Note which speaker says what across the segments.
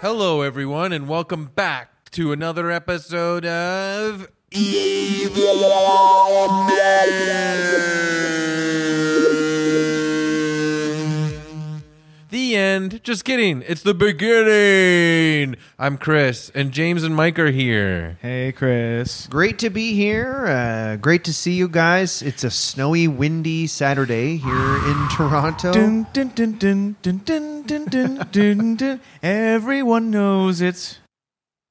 Speaker 1: Hello, everyone, and welcome back to another episode of The end. Just kidding. It's the beginning. I'm Chris, and James and Mike are here.
Speaker 2: Hey, Chris.
Speaker 3: Great to be here. Uh, great to see you guys. It's a snowy, windy Saturday here in Toronto.
Speaker 2: Dun, dun, dun, dun, dun, dun, dun, dun, dun, dun. Everyone knows it's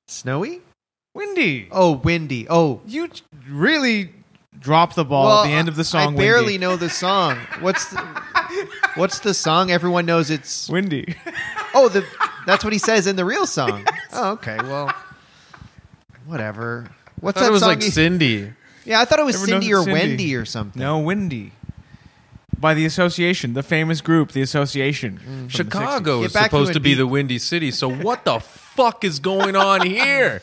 Speaker 3: Snowy?
Speaker 2: windy.
Speaker 3: Oh, windy. Oh,
Speaker 2: You really dropped the ball
Speaker 3: well,
Speaker 2: at the end of the song.
Speaker 3: I barely
Speaker 2: Windy.
Speaker 3: know the song. What's the, what's the song? Everyone knows it's.
Speaker 2: Windy.
Speaker 3: Oh, the that's what he says in the real song. Oh, okay. Well, whatever. What's
Speaker 1: I thought
Speaker 3: that
Speaker 1: it was
Speaker 3: song?
Speaker 1: like
Speaker 3: he-
Speaker 1: Cindy.
Speaker 3: yeah, I thought it was
Speaker 2: Everyone knows
Speaker 3: Cindy or
Speaker 2: it's Cindy.
Speaker 3: Wendy or something.
Speaker 2: no, windy. By the Association, the famous group, the Association. from the 60s.
Speaker 1: Chicago
Speaker 3: Get
Speaker 1: is
Speaker 3: back to
Speaker 1: supposed
Speaker 3: a
Speaker 1: to be
Speaker 3: beat.
Speaker 1: the windy city, so what the fuck is going on here?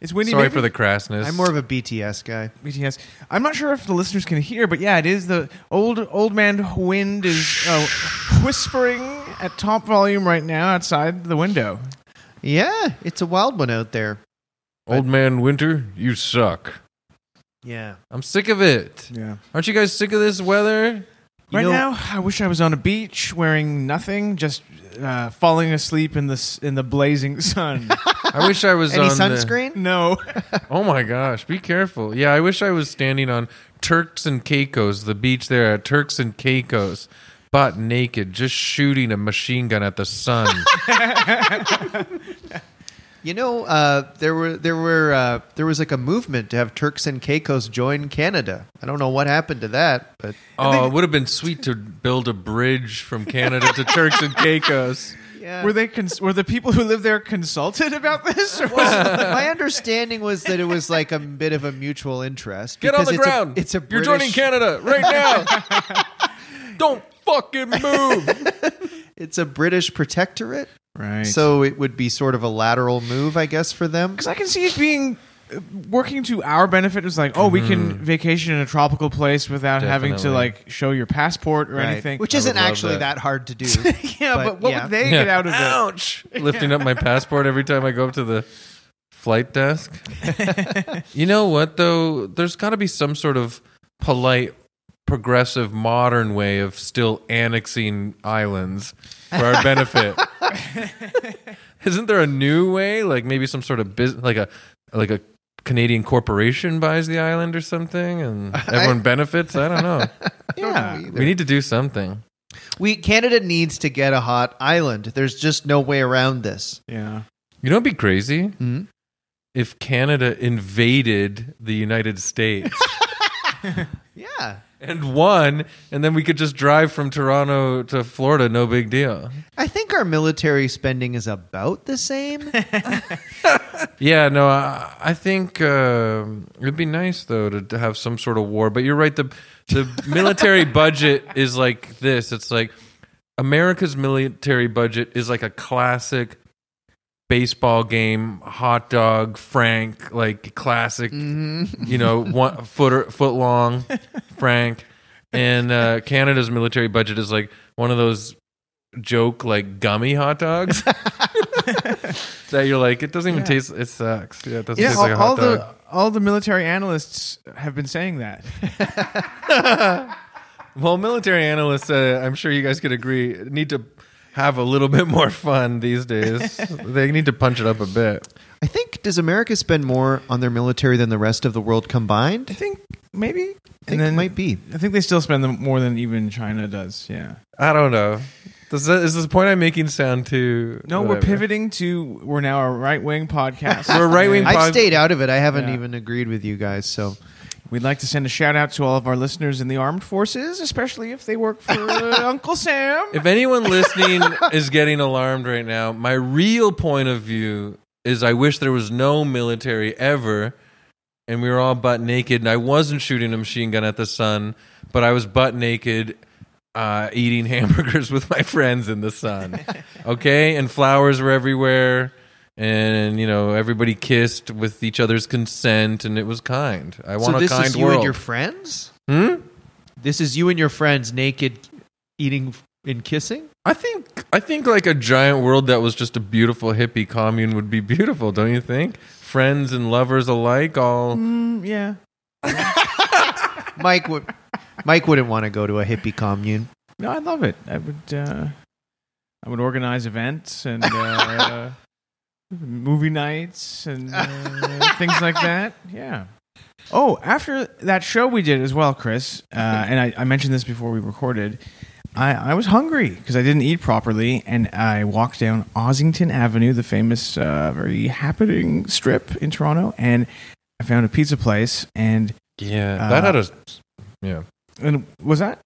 Speaker 2: It's windy.
Speaker 1: Sorry
Speaker 2: maybe?
Speaker 1: for the crassness.
Speaker 3: I'm more of a BTS guy.
Speaker 2: BTS. I'm not sure if the listeners can hear, but yeah, it is the old old man wind is uh, whispering at top volume right now outside the window.
Speaker 3: Yeah, it's a wild one out there.
Speaker 1: Old man Winter, you suck.
Speaker 3: Yeah.
Speaker 1: I'm sick of it.
Speaker 2: Yeah.
Speaker 1: Aren't you guys sick of this weather?
Speaker 3: You
Speaker 2: right
Speaker 3: know-
Speaker 2: now, I wish I was on a beach wearing nothing, just uh, falling asleep in the s- in the blazing sun.
Speaker 1: I wish I was
Speaker 3: Any
Speaker 1: on the-
Speaker 3: sunscreen?
Speaker 2: no,
Speaker 1: oh my gosh, be careful. Yeah, I wish I was standing on Turks and Caicos, the beach there at Turks and Caicos, butt naked, just shooting a machine gun at the sun.
Speaker 3: You know, uh, there were there were uh, there was like a movement to have Turks and Caicos join Canada. I don't know what happened to that, but
Speaker 1: oh, it would have been sweet to build a bridge from Canada to Turks and Caicos.
Speaker 3: yeah.
Speaker 2: were they cons- were the people who live there consulted about this? Or was it-
Speaker 3: my understanding was that it was like a bit of a mutual interest.
Speaker 1: Get on
Speaker 3: because
Speaker 1: the
Speaker 3: it's a-
Speaker 1: ground.
Speaker 3: it's a British,
Speaker 1: You're joining Canada right now. Don't fucking move.
Speaker 3: It's a British protectorate,
Speaker 2: right.
Speaker 3: so it would be sort of a lateral move, I guess, for them.
Speaker 2: because I can see it being uh, working to our benefit. It's like, oh, we can vacation in a tropical place without having to
Speaker 1: Definitely.
Speaker 2: like show your passport or
Speaker 3: Right.
Speaker 2: anything.
Speaker 3: Which
Speaker 1: I
Speaker 3: isn't
Speaker 1: would love
Speaker 3: actually
Speaker 1: that.
Speaker 3: that. hard to do.
Speaker 2: yeah, but,
Speaker 3: but
Speaker 2: what
Speaker 3: yeah.
Speaker 2: would they get out of it?
Speaker 1: Ouch! Lifting up my passport every time I go up to the flight desk. you know what though? There's got to be some sort of polite, progressive, modern way of still annexing islands for our benefit. Isn't there a new way? Like maybe some sort of business, like a like a Canadian corporation buys the island or something, and everyone benefits. I don't know.
Speaker 2: Yeah.
Speaker 3: Don't know
Speaker 1: We need to do something.
Speaker 3: We Canada needs to get a hot island. There's just no way around this.
Speaker 2: Yeah.
Speaker 1: You know, it'd be crazy.
Speaker 3: Hmm?
Speaker 1: if Canada invaded the United States
Speaker 3: Yeah.
Speaker 1: and won, and then we could just drive from Toronto to Florida, no big deal.
Speaker 3: I think our military spending is about the same.
Speaker 1: Yeah, no, I, I think um it'd be nice though to, to have some sort of war. But you're right, the the military budget is like this. It's like America's military budget is like a classic baseball game, hot dog, Frank, like classic,
Speaker 2: Mm-hmm.
Speaker 1: you know, one foot foot long, Frank. And uh, Canada's military budget is like one of those joke like gummy hot dogs that you're like it doesn't even taste it sucks yeah it doesn't
Speaker 2: Yeah,
Speaker 1: taste
Speaker 2: all,
Speaker 1: like a
Speaker 2: all
Speaker 1: hot dog
Speaker 2: the all the military analysts have been saying that.
Speaker 1: well military analysts uh, i'm sure you guys could agree need to have a little bit more fun these days they need to punch it up a bit
Speaker 3: I think does America spend more on their military than the rest of the world
Speaker 2: I
Speaker 3: combined?
Speaker 2: think maybe,
Speaker 3: I think it might be.
Speaker 2: I think they still spend them more than even China does. Yeah.
Speaker 1: i don't know does that, is this point i'm making sound too
Speaker 2: No, we're
Speaker 1: whatever?
Speaker 2: pivoting to we're now a right wing podcast.
Speaker 1: We're a right-wing
Speaker 2: Yeah.
Speaker 1: pod-
Speaker 3: I've stayed out of it. I haven't
Speaker 2: Yeah.
Speaker 3: even agreed with you guys. So
Speaker 2: We'd like to send a shout out to all of our listeners in the armed forces, especially if they work for uh, Uncle Sam.
Speaker 1: if anyone listening is getting alarmed right now my real point of view is i wish there was no military ever and we were all butt naked and i wasn't shooting a machine gun at the sun but i was butt naked uh, eating hamburgers with my friends in the sun okay and flowers were everywhere and you know everybody kissed with each other's consent and it was kind i want
Speaker 3: so
Speaker 1: a
Speaker 3: this
Speaker 1: kind
Speaker 3: is you
Speaker 1: world
Speaker 3: and your friends.
Speaker 1: Hmm?
Speaker 3: This is you and your friends naked, eating in kissing?
Speaker 1: I think I think like a giant world that was just a beautiful hippie commune would be beautiful, don't you think? Friends and lovers alike, all
Speaker 2: Mm, yeah.
Speaker 3: Mike would Mike wouldn't want to go to a hippie commune.
Speaker 2: No, I love it. I would. Uh, I would organize events and uh, movie nights and uh, things like that. Yeah. Oh, after that show we did as well, Chris, uh, and I, I mentioned this before we recorded. I, I was hungry because I didn't eat properly, and I walked down Ossington Avenue, the famous, uh, very happening strip in Toronto, and I found a pizza place. And
Speaker 1: yeah.
Speaker 2: Uh,
Speaker 1: that had a yeah.
Speaker 2: and was that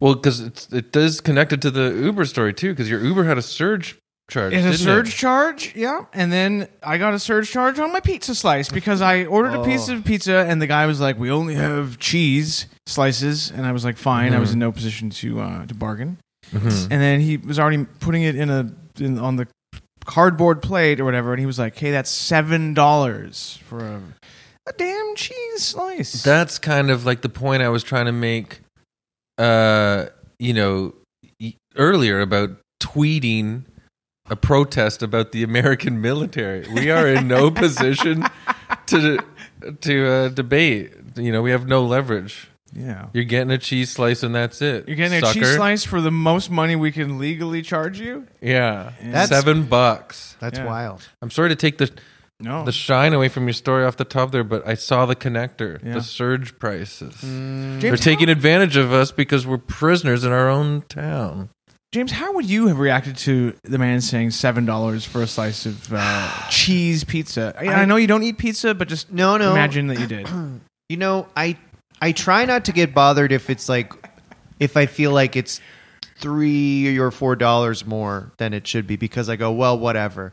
Speaker 1: Well, because it does connected to the Uber story too, because your Uber had a surge charge.
Speaker 2: It's
Speaker 1: didn't
Speaker 2: a surge
Speaker 1: It?
Speaker 2: charge, yeah. And then I got a surge charge on my pizza slice because I ordered a piece
Speaker 3: Oh.
Speaker 2: of pizza and the guy was like, "We only have cheese slices," and I was like, "Fine." I was in no position to uh, to bargain.
Speaker 1: Mhm.
Speaker 2: And then he was already putting it in a in, on the cardboard plate or whatever, and he was like, "Hey, that's seven dollars for a, a damn cheese slice."
Speaker 1: That's kind of like the point I was trying to make. Uh, you know, y- earlier about tweeting a protest about the American military. We are in no position to to uh, debate. You know, we have no leverage.
Speaker 2: yeah.
Speaker 1: You're getting a cheese slice, and that's it.
Speaker 2: You're getting a
Speaker 1: sucker.
Speaker 2: cheese slice for the most money we can legally charge you?
Speaker 1: Yeah,
Speaker 2: That's-
Speaker 1: seven bucks.
Speaker 3: That's
Speaker 2: Yeah.
Speaker 3: wild.
Speaker 1: I'm sorry to take the
Speaker 2: No.
Speaker 1: the shine away from your story off the top there, but I saw the connector,
Speaker 2: Yeah.
Speaker 1: the surge prices. They're
Speaker 2: James,
Speaker 1: taking advantage of us because we're prisoners in our own town.
Speaker 2: James, how would you have reacted to the man saying seven dollars for a slice of uh, cheese pizza? I, I know you don't eat pizza, but just
Speaker 3: No, no.
Speaker 2: imagine that you did.
Speaker 3: You know, I I try not to get bothered if it's like if I feel like it's three or four dollars more than it should be because I go well whatever.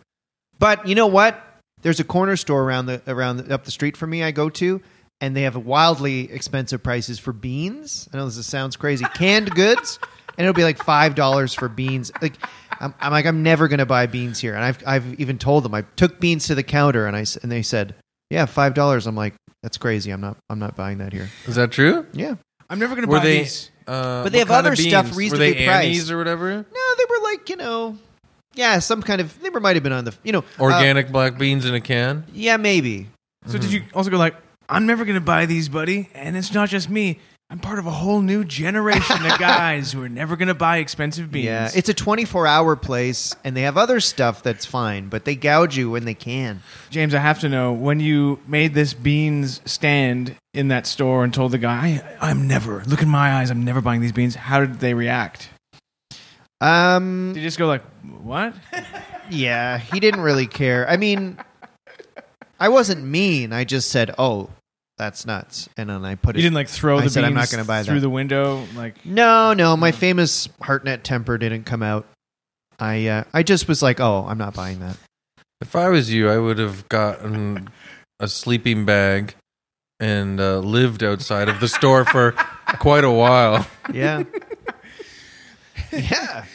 Speaker 3: But you know what? There's a corner store around the around the, up the street from me I go to, and they have wildly expensive prices for beans. I know this sounds crazy. Canned goods, and it'll be like five dollars for beans. Like I'm, I'm like I'm never gonna buy beans here, and I've I've even told them I took beans to the counter, and I s- and they said yeah five dollars. I'm like that's crazy. I'm not I'm not buying that here.
Speaker 1: Is that true?
Speaker 3: Yeah.
Speaker 2: I'm never gonna
Speaker 1: Were
Speaker 2: buy
Speaker 1: they-
Speaker 2: these.
Speaker 1: Uh,
Speaker 3: But
Speaker 1: what
Speaker 3: they have
Speaker 1: kind of
Speaker 3: other stuff
Speaker 1: beans?
Speaker 3: reasonably
Speaker 1: Were they
Speaker 3: priced.
Speaker 1: Annie's or whatever?
Speaker 3: No, they were like you know, yeah, some kind of they were might have been on the you know uh,
Speaker 1: Organic black beans in a can.
Speaker 3: yeah, maybe.
Speaker 2: So did you also go like, "I'm never gonna buy these, buddy," and it's not just me. I'm part of a whole new generation of guys who are never gonna buy expensive beans.
Speaker 3: Yeah, it's a 24 hour place, and they have other stuff that's fine, but they gouge you when they can.
Speaker 2: James, I have to know when you made this beans stand in that store and told the guy, I, "I'm never look in my eyes. I'm never buying these beans." How did they react?
Speaker 3: Um,
Speaker 2: Did you just go like, "What?"
Speaker 3: yeah, he didn't really care. I mean, I wasn't mean. I just said, "Oh, that's nuts," and then I put
Speaker 2: You
Speaker 3: it.
Speaker 2: didn't like throw
Speaker 3: I
Speaker 2: the
Speaker 3: said,
Speaker 2: beans
Speaker 3: "I'm not gonna buy
Speaker 2: through
Speaker 3: that."
Speaker 2: the window. Like,
Speaker 3: no, no, my famous heartnet temper didn't come out. I uh, I just was like, "Oh, I'm not buying that."
Speaker 1: If I was you, I would have gotten a sleeping bag and uh, lived outside of the store for quite a while.
Speaker 3: Yeah. yeah.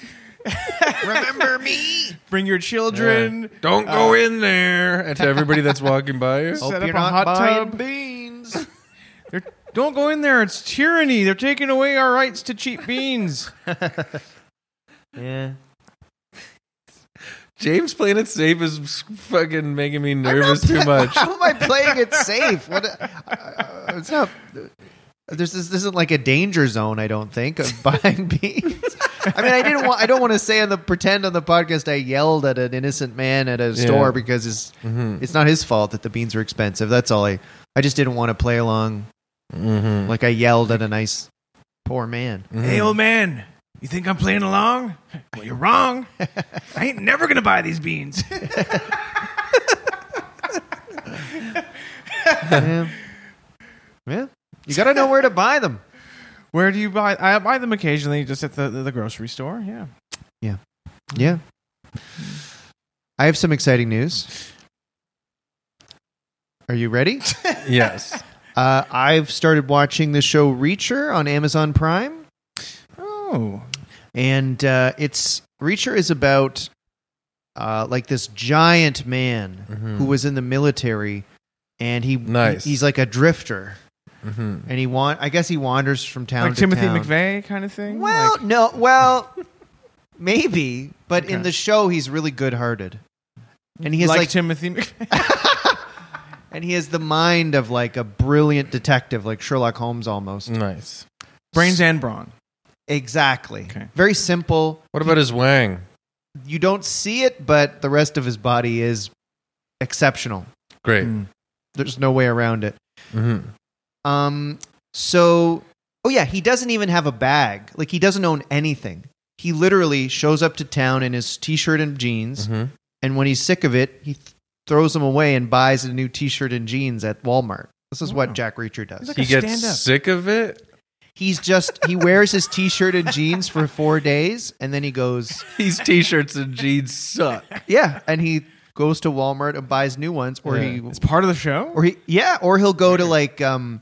Speaker 3: Remember me?
Speaker 2: bring your children.
Speaker 1: Don't go
Speaker 3: Uh,
Speaker 1: in there. And to everybody that's walking by you.
Speaker 2: Set
Speaker 3: Hope
Speaker 2: up
Speaker 3: you're
Speaker 2: a
Speaker 3: not
Speaker 2: hot
Speaker 3: buying
Speaker 2: tub.
Speaker 3: beans.
Speaker 2: They're- Don't go in there. It's tyranny. They're taking away our rights to cheap beans.
Speaker 3: yeah.
Speaker 1: James playing it safe is fucking making me nervous too much.
Speaker 3: How am I playing it safe? What? Uh, it's not. This, is, this isn't like a danger zone. I don't think of buying beans. I mean, I didn't want. I don't want to say on the pretend on the podcast I yelled at an innocent man at a store because it's it's not his fault that the beans are expensive. That's all. I I just didn't want to play along
Speaker 1: Mm-hmm.
Speaker 3: like I yelled at a nice poor man.
Speaker 2: Hey, old man. You think I'm playing along? Well, you're wrong. I ain't never gonna buy these beans.
Speaker 3: yeah. yeah, you got to know where to buy them.
Speaker 2: Where do you buy? I buy them occasionally, just at the the grocery store. Yeah.
Speaker 3: Yeah. I have some exciting news. Are you ready?
Speaker 1: Yes.
Speaker 3: Uh, I've started watching the show Reacher on Amazon Prime,
Speaker 2: Oh.
Speaker 3: and uh, it's Reacher is about uh, like this giant Mm-hmm. man who was in the military, and he
Speaker 1: Nice.
Speaker 3: he's like a drifter,
Speaker 1: Mhm.
Speaker 3: and he want. I guess he wanders from town
Speaker 2: like
Speaker 3: to
Speaker 2: Timothy
Speaker 3: town.
Speaker 2: McVeigh kind of thing.
Speaker 3: Well,
Speaker 2: Like-
Speaker 3: no, well, maybe, but
Speaker 2: Okay.
Speaker 3: in the show he's really good-hearted, and he has
Speaker 2: like,
Speaker 3: like,
Speaker 2: Timothy McVeigh.
Speaker 3: and he has the mind of like a brilliant detective, like Sherlock Holmes almost.
Speaker 2: Mm.
Speaker 1: Nice.
Speaker 2: Brains and brawn.
Speaker 3: Exactly.
Speaker 2: Okay.
Speaker 3: Very simple.
Speaker 1: What about his wang?
Speaker 3: You don't see it, but the rest of his body is exceptional.
Speaker 1: Great.
Speaker 2: Mm.
Speaker 3: There's no way around it.
Speaker 1: hmm
Speaker 3: Um, so, oh yeah, he doesn't even have a bag. Like he doesn't own anything. He literally shows up to town in his t-shirt and jeans,
Speaker 1: hmm
Speaker 3: and when he's sick of it, he th- throws them away and buys a new t-shirt and jeans at Walmart. This is
Speaker 2: Wow.
Speaker 3: what Jack Reacher does.
Speaker 2: He's like
Speaker 1: He
Speaker 2: a
Speaker 1: gets
Speaker 2: stand-up.
Speaker 1: sick of it.
Speaker 3: He's just he wears his t-shirt and jeans for 4 days and then he goes,
Speaker 1: These t-shirts and jeans suck.
Speaker 3: yeah, and he goes to Walmart and buys new ones or
Speaker 1: Yeah.
Speaker 3: he
Speaker 2: It's part of the show.
Speaker 3: or he yeah or he'll go to like um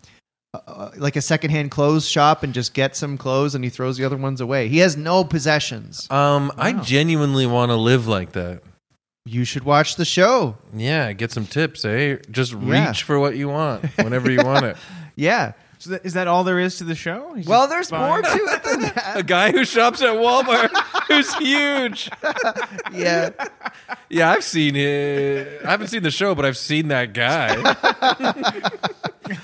Speaker 3: uh, like a secondhand clothes shop and just get some clothes and he throws the other ones away he has no
Speaker 2: Uh,
Speaker 3: possessions
Speaker 1: Um, I
Speaker 2: Wow.
Speaker 1: genuinely want to live like that.
Speaker 3: you should watch the show
Speaker 1: Yeah, get some tips, eh? Just reach
Speaker 3: Yeah.
Speaker 1: for what you want whenever you want it.
Speaker 3: yeah
Speaker 2: So that, is that all there is to the show? He's
Speaker 3: well there's
Speaker 2: just buying-
Speaker 3: more to it than that
Speaker 1: A guy who shops at Walmart who's huge.
Speaker 3: yeah
Speaker 1: Yeah, I've seen it. I haven't seen the show, but I've seen that guy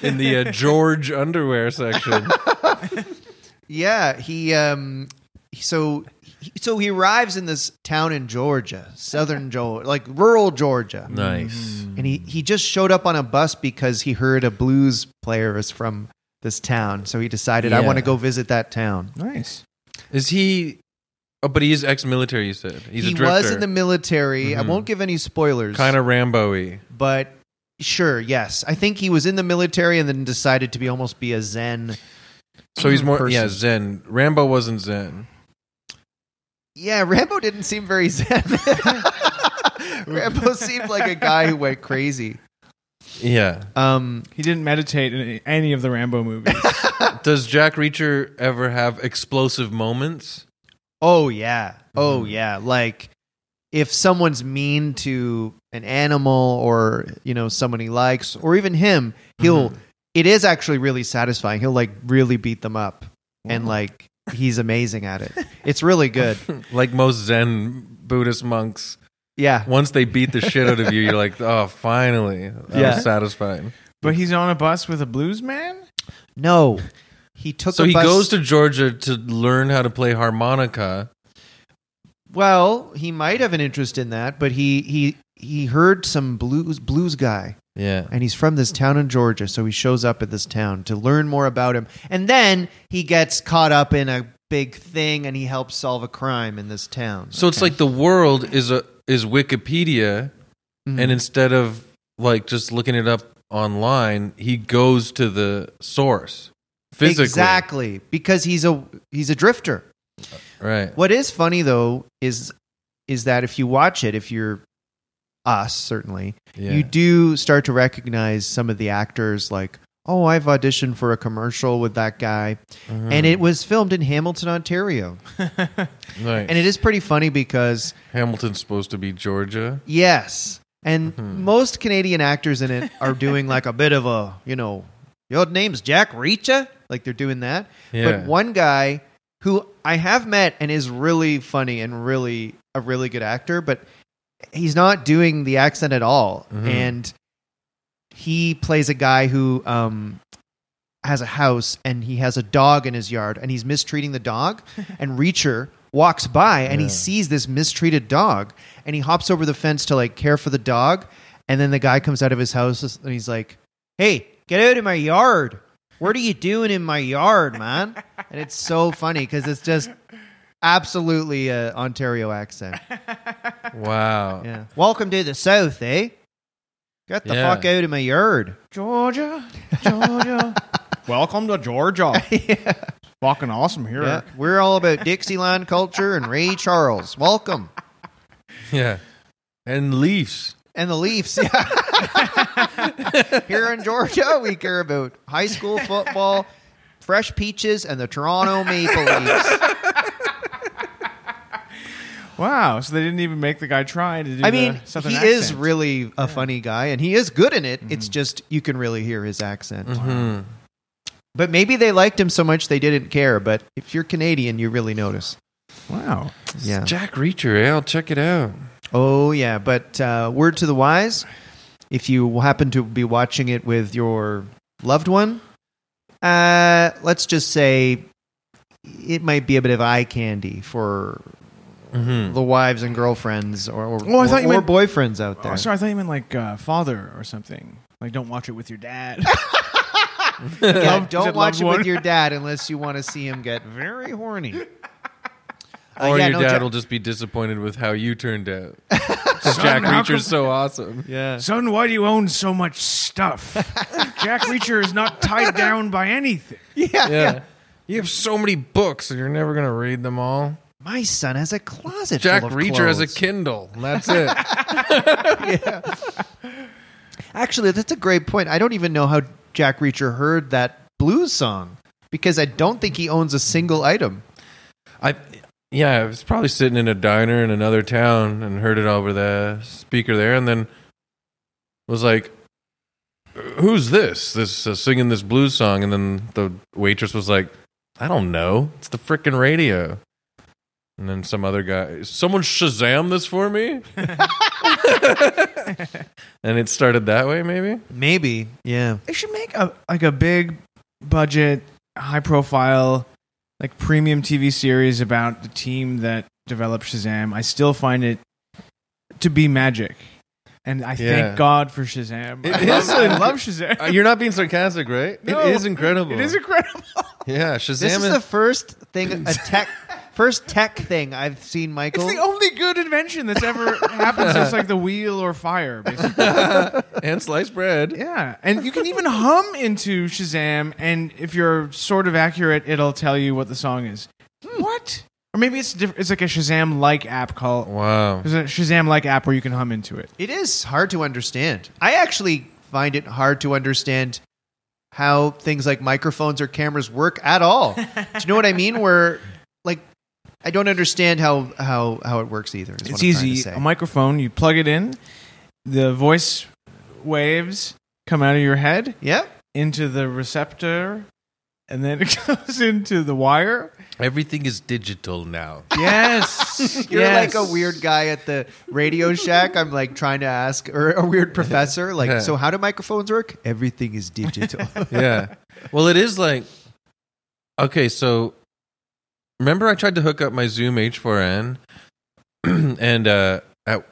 Speaker 1: in the uh, George underwear section.
Speaker 3: Mm-hmm. yeah he um so he- so he arrives in this town in Georgia southern Georgia like rural Georgia
Speaker 1: Nice.
Speaker 3: and he he just showed up on a bus because he heard a blues player is from this town so he decided I
Speaker 1: Yeah.
Speaker 3: want to go visit that town
Speaker 2: Nice.
Speaker 1: Is he? Oh, but he is ex-military. You said he's
Speaker 3: he
Speaker 1: a drifter.
Speaker 3: was in the military. I
Speaker 1: Mhm.
Speaker 3: won't give any spoilers.
Speaker 1: kind of Rambo-y.
Speaker 3: but sure, yes. I think he was in the military and then decided to be almost be a Zen.
Speaker 1: So he's more
Speaker 3: Mm-hmm. person.
Speaker 1: yeah Zen. Rambo wasn't Zen.
Speaker 3: Yeah, Rambo didn't seem very Zen. Rambo seemed like a guy who went crazy.
Speaker 1: Yeah.
Speaker 3: Um,
Speaker 2: He didn't meditate in any of the Rambo movies.
Speaker 1: Does Jack Reacher ever have explosive moments?
Speaker 3: oh yeah,
Speaker 1: Mm-hmm.
Speaker 3: oh yeah. Like if someone's mean to an animal or you know someone he likes or even him, he'll.
Speaker 1: Mm-hmm.
Speaker 3: it is actually really satisfying. He'll like really beat them up.
Speaker 1: Mm-hmm.
Speaker 3: and like he's amazing at it. It's really good.
Speaker 1: like most Zen Buddhist monks,
Speaker 3: Yeah.
Speaker 1: once they beat the shit out of you, you're like, oh, finally, that
Speaker 3: Yeah.
Speaker 1: was satisfying.
Speaker 2: but he's on a bus with a blues man.
Speaker 3: No. He took
Speaker 1: So
Speaker 3: a
Speaker 1: he
Speaker 3: bus-
Speaker 1: goes to Georgia to learn how to play harmonica.
Speaker 3: Well, he might have an interest in that, but he he he heard some blues blues guy
Speaker 1: Yeah.
Speaker 3: and he's from this town in Georgia, so he shows up at this town to learn more about him. And then he gets caught up in a big thing and he helps solve a crime in this town.
Speaker 1: So it's like the world is a is Wikipedia,
Speaker 3: Mhm.
Speaker 1: and instead of like just looking it up online, he goes to the source physically.
Speaker 3: Exactly, because he's a he's a drifter.
Speaker 1: Right.
Speaker 3: What is funny though is is that if you watch it, if you're us certainly,
Speaker 1: Yeah.
Speaker 3: you do start to recognize some of the actors like, oh, I've auditioned for a commercial with that guy,
Speaker 1: Mhm.
Speaker 3: and it was filmed in Hamilton, Ontario,
Speaker 1: Nice.
Speaker 3: and it is pretty funny because
Speaker 1: Hamilton's supposed to be Georgia.
Speaker 3: yes, and
Speaker 1: Mhm.
Speaker 3: most Canadian actors in it are doing like a bit of a you know, your name's Jack Reacher, like they're doing that,
Speaker 1: Yeah.
Speaker 3: But one guy who I have met and is really funny and really a really good actor, but he's not doing the accent at all.
Speaker 1: Mhm.
Speaker 3: And he plays a guy who um, has a house and he has a dog in his yard and he's mistreating the dog. and Reacher walks by and he
Speaker 1: Yeah.
Speaker 3: sees this mistreated dog and he hops over the fence to like care for the dog. And then the guy comes out of his house and he's like, hey, get out of my yard. What are you doing in my yard, man? And it's so funny because it's just absolutely a Ontario accent.
Speaker 1: wow.
Speaker 3: Yeah. Welcome to the South, eh? Get the
Speaker 1: Yeah.
Speaker 3: fuck out of my yard.
Speaker 2: Georgia, Georgia. Welcome to Georgia.
Speaker 3: yeah.
Speaker 2: Fucking awesome here.
Speaker 3: Yeah. We're all about Dixieland culture and Ray Charles. Welcome.
Speaker 1: Yeah. And Leafs.
Speaker 3: And the Leafs. Here in Georgia, we care about high school football, fresh peaches, and the Toronto Maple Leafs.
Speaker 2: Wow. So they didn't even make the guy try to do.
Speaker 3: I
Speaker 2: the
Speaker 3: mean,
Speaker 2: Southern
Speaker 3: he is
Speaker 2: accent. Mm-hmm.
Speaker 3: really a funny guy, and he is good in it. It's just you can really hear his accent.
Speaker 1: Mhm.
Speaker 3: But maybe they liked him so much they didn't care. But if you're Canadian, you really notice.
Speaker 2: Wow.
Speaker 3: Yeah.
Speaker 1: Jack Reacher, eh? I'll check it out.
Speaker 3: Oh yeah. But uh, word to the wise, if you happen to be watching it with your loved one, uh, let's just say it might be a bit of eye candy for
Speaker 1: Mm-hmm.
Speaker 3: the wives and girlfriends or or,
Speaker 2: Oh, I thought
Speaker 3: or-
Speaker 2: you
Speaker 3: or
Speaker 2: meant-
Speaker 3: boyfriends out there.
Speaker 2: Oh, sorry, I thought you meant like uh, father or something. Like, don't watch it with your dad.
Speaker 3: Yeah,
Speaker 2: Loved- is
Speaker 3: don't
Speaker 2: it
Speaker 3: watch
Speaker 2: loved
Speaker 3: it
Speaker 2: one?
Speaker 3: with your dad unless you want to see him get very horny. Uh,
Speaker 1: or
Speaker 3: yeah,
Speaker 1: your
Speaker 3: no,
Speaker 1: dad
Speaker 3: Jack-
Speaker 1: will just be disappointed with how you turned out. 'Cause Jack
Speaker 2: how come-
Speaker 1: Reacher's so awesome.
Speaker 3: Yeah.
Speaker 2: Son, why do you own so much stuff? Jack Reacher is not tied down by anything.
Speaker 3: yeah.
Speaker 1: Yeah. You have so many books and you're never going to read them all.
Speaker 3: My son has a closet
Speaker 1: Jack
Speaker 3: full of
Speaker 1: Reacher has
Speaker 3: clothes.
Speaker 1: a Kindle. And that's it.
Speaker 3: Actually, that's a great point. I don't even know how Jack Reacher heard that blues song because I don't think he owns a single item.
Speaker 1: I yeah, I was probably sitting in a diner in another town and heard it over the speaker there, and then was like, "Who's this? This uh, singing this blues song?" And then the waitress was like, "I don't know. It's the frickin' radio." And then some other guy, someone Shazam this for me, and it started that way. Maybe
Speaker 3: Maybe. Yeah.
Speaker 2: They should make a like a big budget, high profile, like premium TV series about the team that developed Shazam. I still find it to be magic, and I
Speaker 1: Yeah.
Speaker 2: thank God for Shazam.
Speaker 1: It
Speaker 2: I love-
Speaker 1: is
Speaker 2: I
Speaker 1: a-
Speaker 2: love Shazam.
Speaker 1: Uh, you're not being sarcastic, right?
Speaker 2: No.
Speaker 1: it is incredible.
Speaker 2: it is incredible.
Speaker 1: yeah, Shazam.
Speaker 3: This is
Speaker 1: is-
Speaker 3: the first thing a tech first tech thing I've seen Michael.
Speaker 2: It's the only good invention that's ever happened since like the wheel or fire, basically.
Speaker 1: and sliced bread.
Speaker 2: Yeah, and you can even hum into Shazam, and if you're sort of accurate, it'll tell you what the song is.
Speaker 3: Hmm.
Speaker 2: What? Or maybe it's diff- it's like a Shazam-like app called.
Speaker 1: Wow.
Speaker 2: There's a Shazam-like app where you can hum into it.
Speaker 3: It is hard to understand. I actually find it hard to understand how things like microphones or cameras work at all. Do you know what I mean? Where like I don't understand how how how it works either. is what
Speaker 2: It's
Speaker 3: I'm trying to
Speaker 2: easy.
Speaker 3: say.
Speaker 2: A microphone, you plug it in, the voice waves come out of your head
Speaker 3: yeah.
Speaker 2: into the receptor, and then it goes into the wire.
Speaker 1: Everything is digital now.
Speaker 2: Yes,
Speaker 3: You're like a weird guy at the Radio Shack. I'm like trying to ask, or a weird professor. Like,
Speaker 1: Yeah.
Speaker 3: so how do microphones work? Everything is digital.
Speaker 1: yeah. Well, it is like okay. So remember, I tried to hook up my Zoom H4n and uh, at,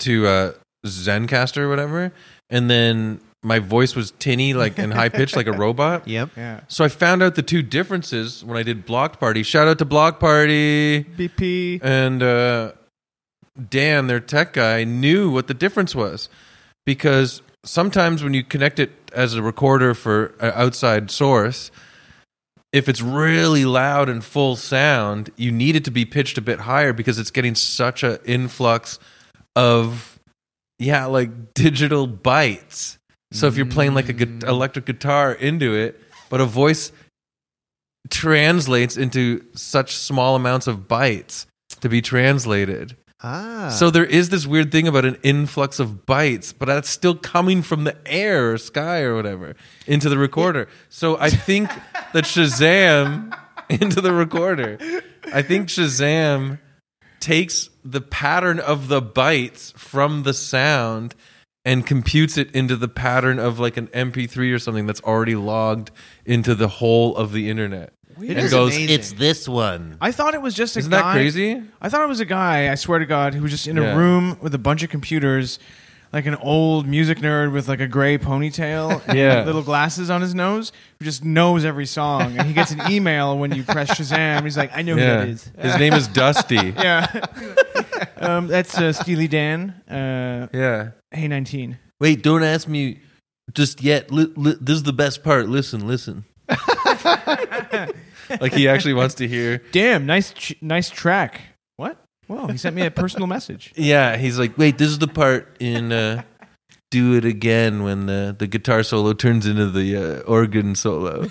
Speaker 1: to uh, ZenCaster or whatever, and then my voice was tinny, like and high pitched, like a robot.
Speaker 3: yep.
Speaker 2: Yeah.
Speaker 1: So I found out the two differences when I did Block Party. Shout out to Block Party
Speaker 2: BP.
Speaker 1: and uh, Dan, their tech guy, knew what the difference was because sometimes when you connect it as a recorder for an outside source, if it's really loud and full sound, you need it to be pitched a bit higher because it's getting such an influx of yeah, like digital bytes. So if you're playing like a gu- electric guitar into it, but a voice translates into such small amounts of bytes to be translated.
Speaker 3: Ah.
Speaker 1: So there is this weird thing about an influx of bytes, but that's still coming from the air or sky or whatever into the recorder. So I think that Shazam into the recorder. I think Shazam takes the pattern of the bytes from the sound and computes it into the pattern of like an MP3 or something that's already logged into the whole of the internet.
Speaker 3: It
Speaker 1: and
Speaker 3: is
Speaker 1: goes,
Speaker 3: amazing.
Speaker 1: this one.
Speaker 2: I thought it was just a
Speaker 1: Isn't
Speaker 2: guy.
Speaker 1: that crazy?
Speaker 2: I thought it was a guy, I swear to God, who was just in
Speaker 1: Yeah.
Speaker 2: a room with a bunch of computers, like an old music nerd with like a gray ponytail and
Speaker 1: Yeah.
Speaker 2: little glasses on his nose, who just knows every song. And he gets an email when you press Shazam. He's like, I know who
Speaker 1: Yeah.
Speaker 2: that is.
Speaker 1: His name is Dusty.
Speaker 2: Yeah. um, that's uh, Steely Dan, uh,
Speaker 1: yeah.
Speaker 2: Hey 19.
Speaker 1: Wait, don't ask me just yet. Li- li- this is the best part. Listen, listen. like he actually wants to hear.
Speaker 2: Damn, nice, ch- nice track. What? Whoa, he sent me a personal message.
Speaker 1: Yeah, he's like, wait, this is the part in uh, "Do It Again" when the the guitar solo turns into the uh, organ solo,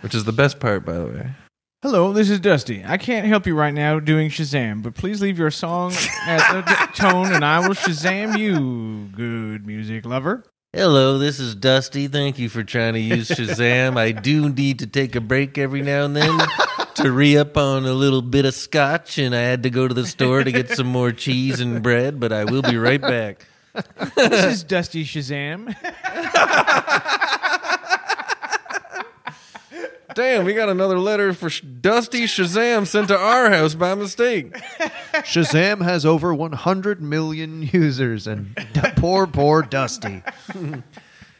Speaker 1: which is the best part, by the way.
Speaker 2: Hello, this is Dusty. I can't help you right now doing Shazam, but please leave your song at the t- tone and I will Shazam you, good music lover.
Speaker 1: Hello, this is Dusty. Thank you for trying to use Shazam. I do need to take a break every now and then to re up on a little bit of scotch, and I had to go to the store to get some more cheese and bread, but I will be right back.
Speaker 2: this is Dusty Shazam.
Speaker 1: Damn, we got another letter for Sh- Dusty Shazam sent to our house by mistake.
Speaker 3: Shazam has over 100 million users, and d- poor, poor Dusty.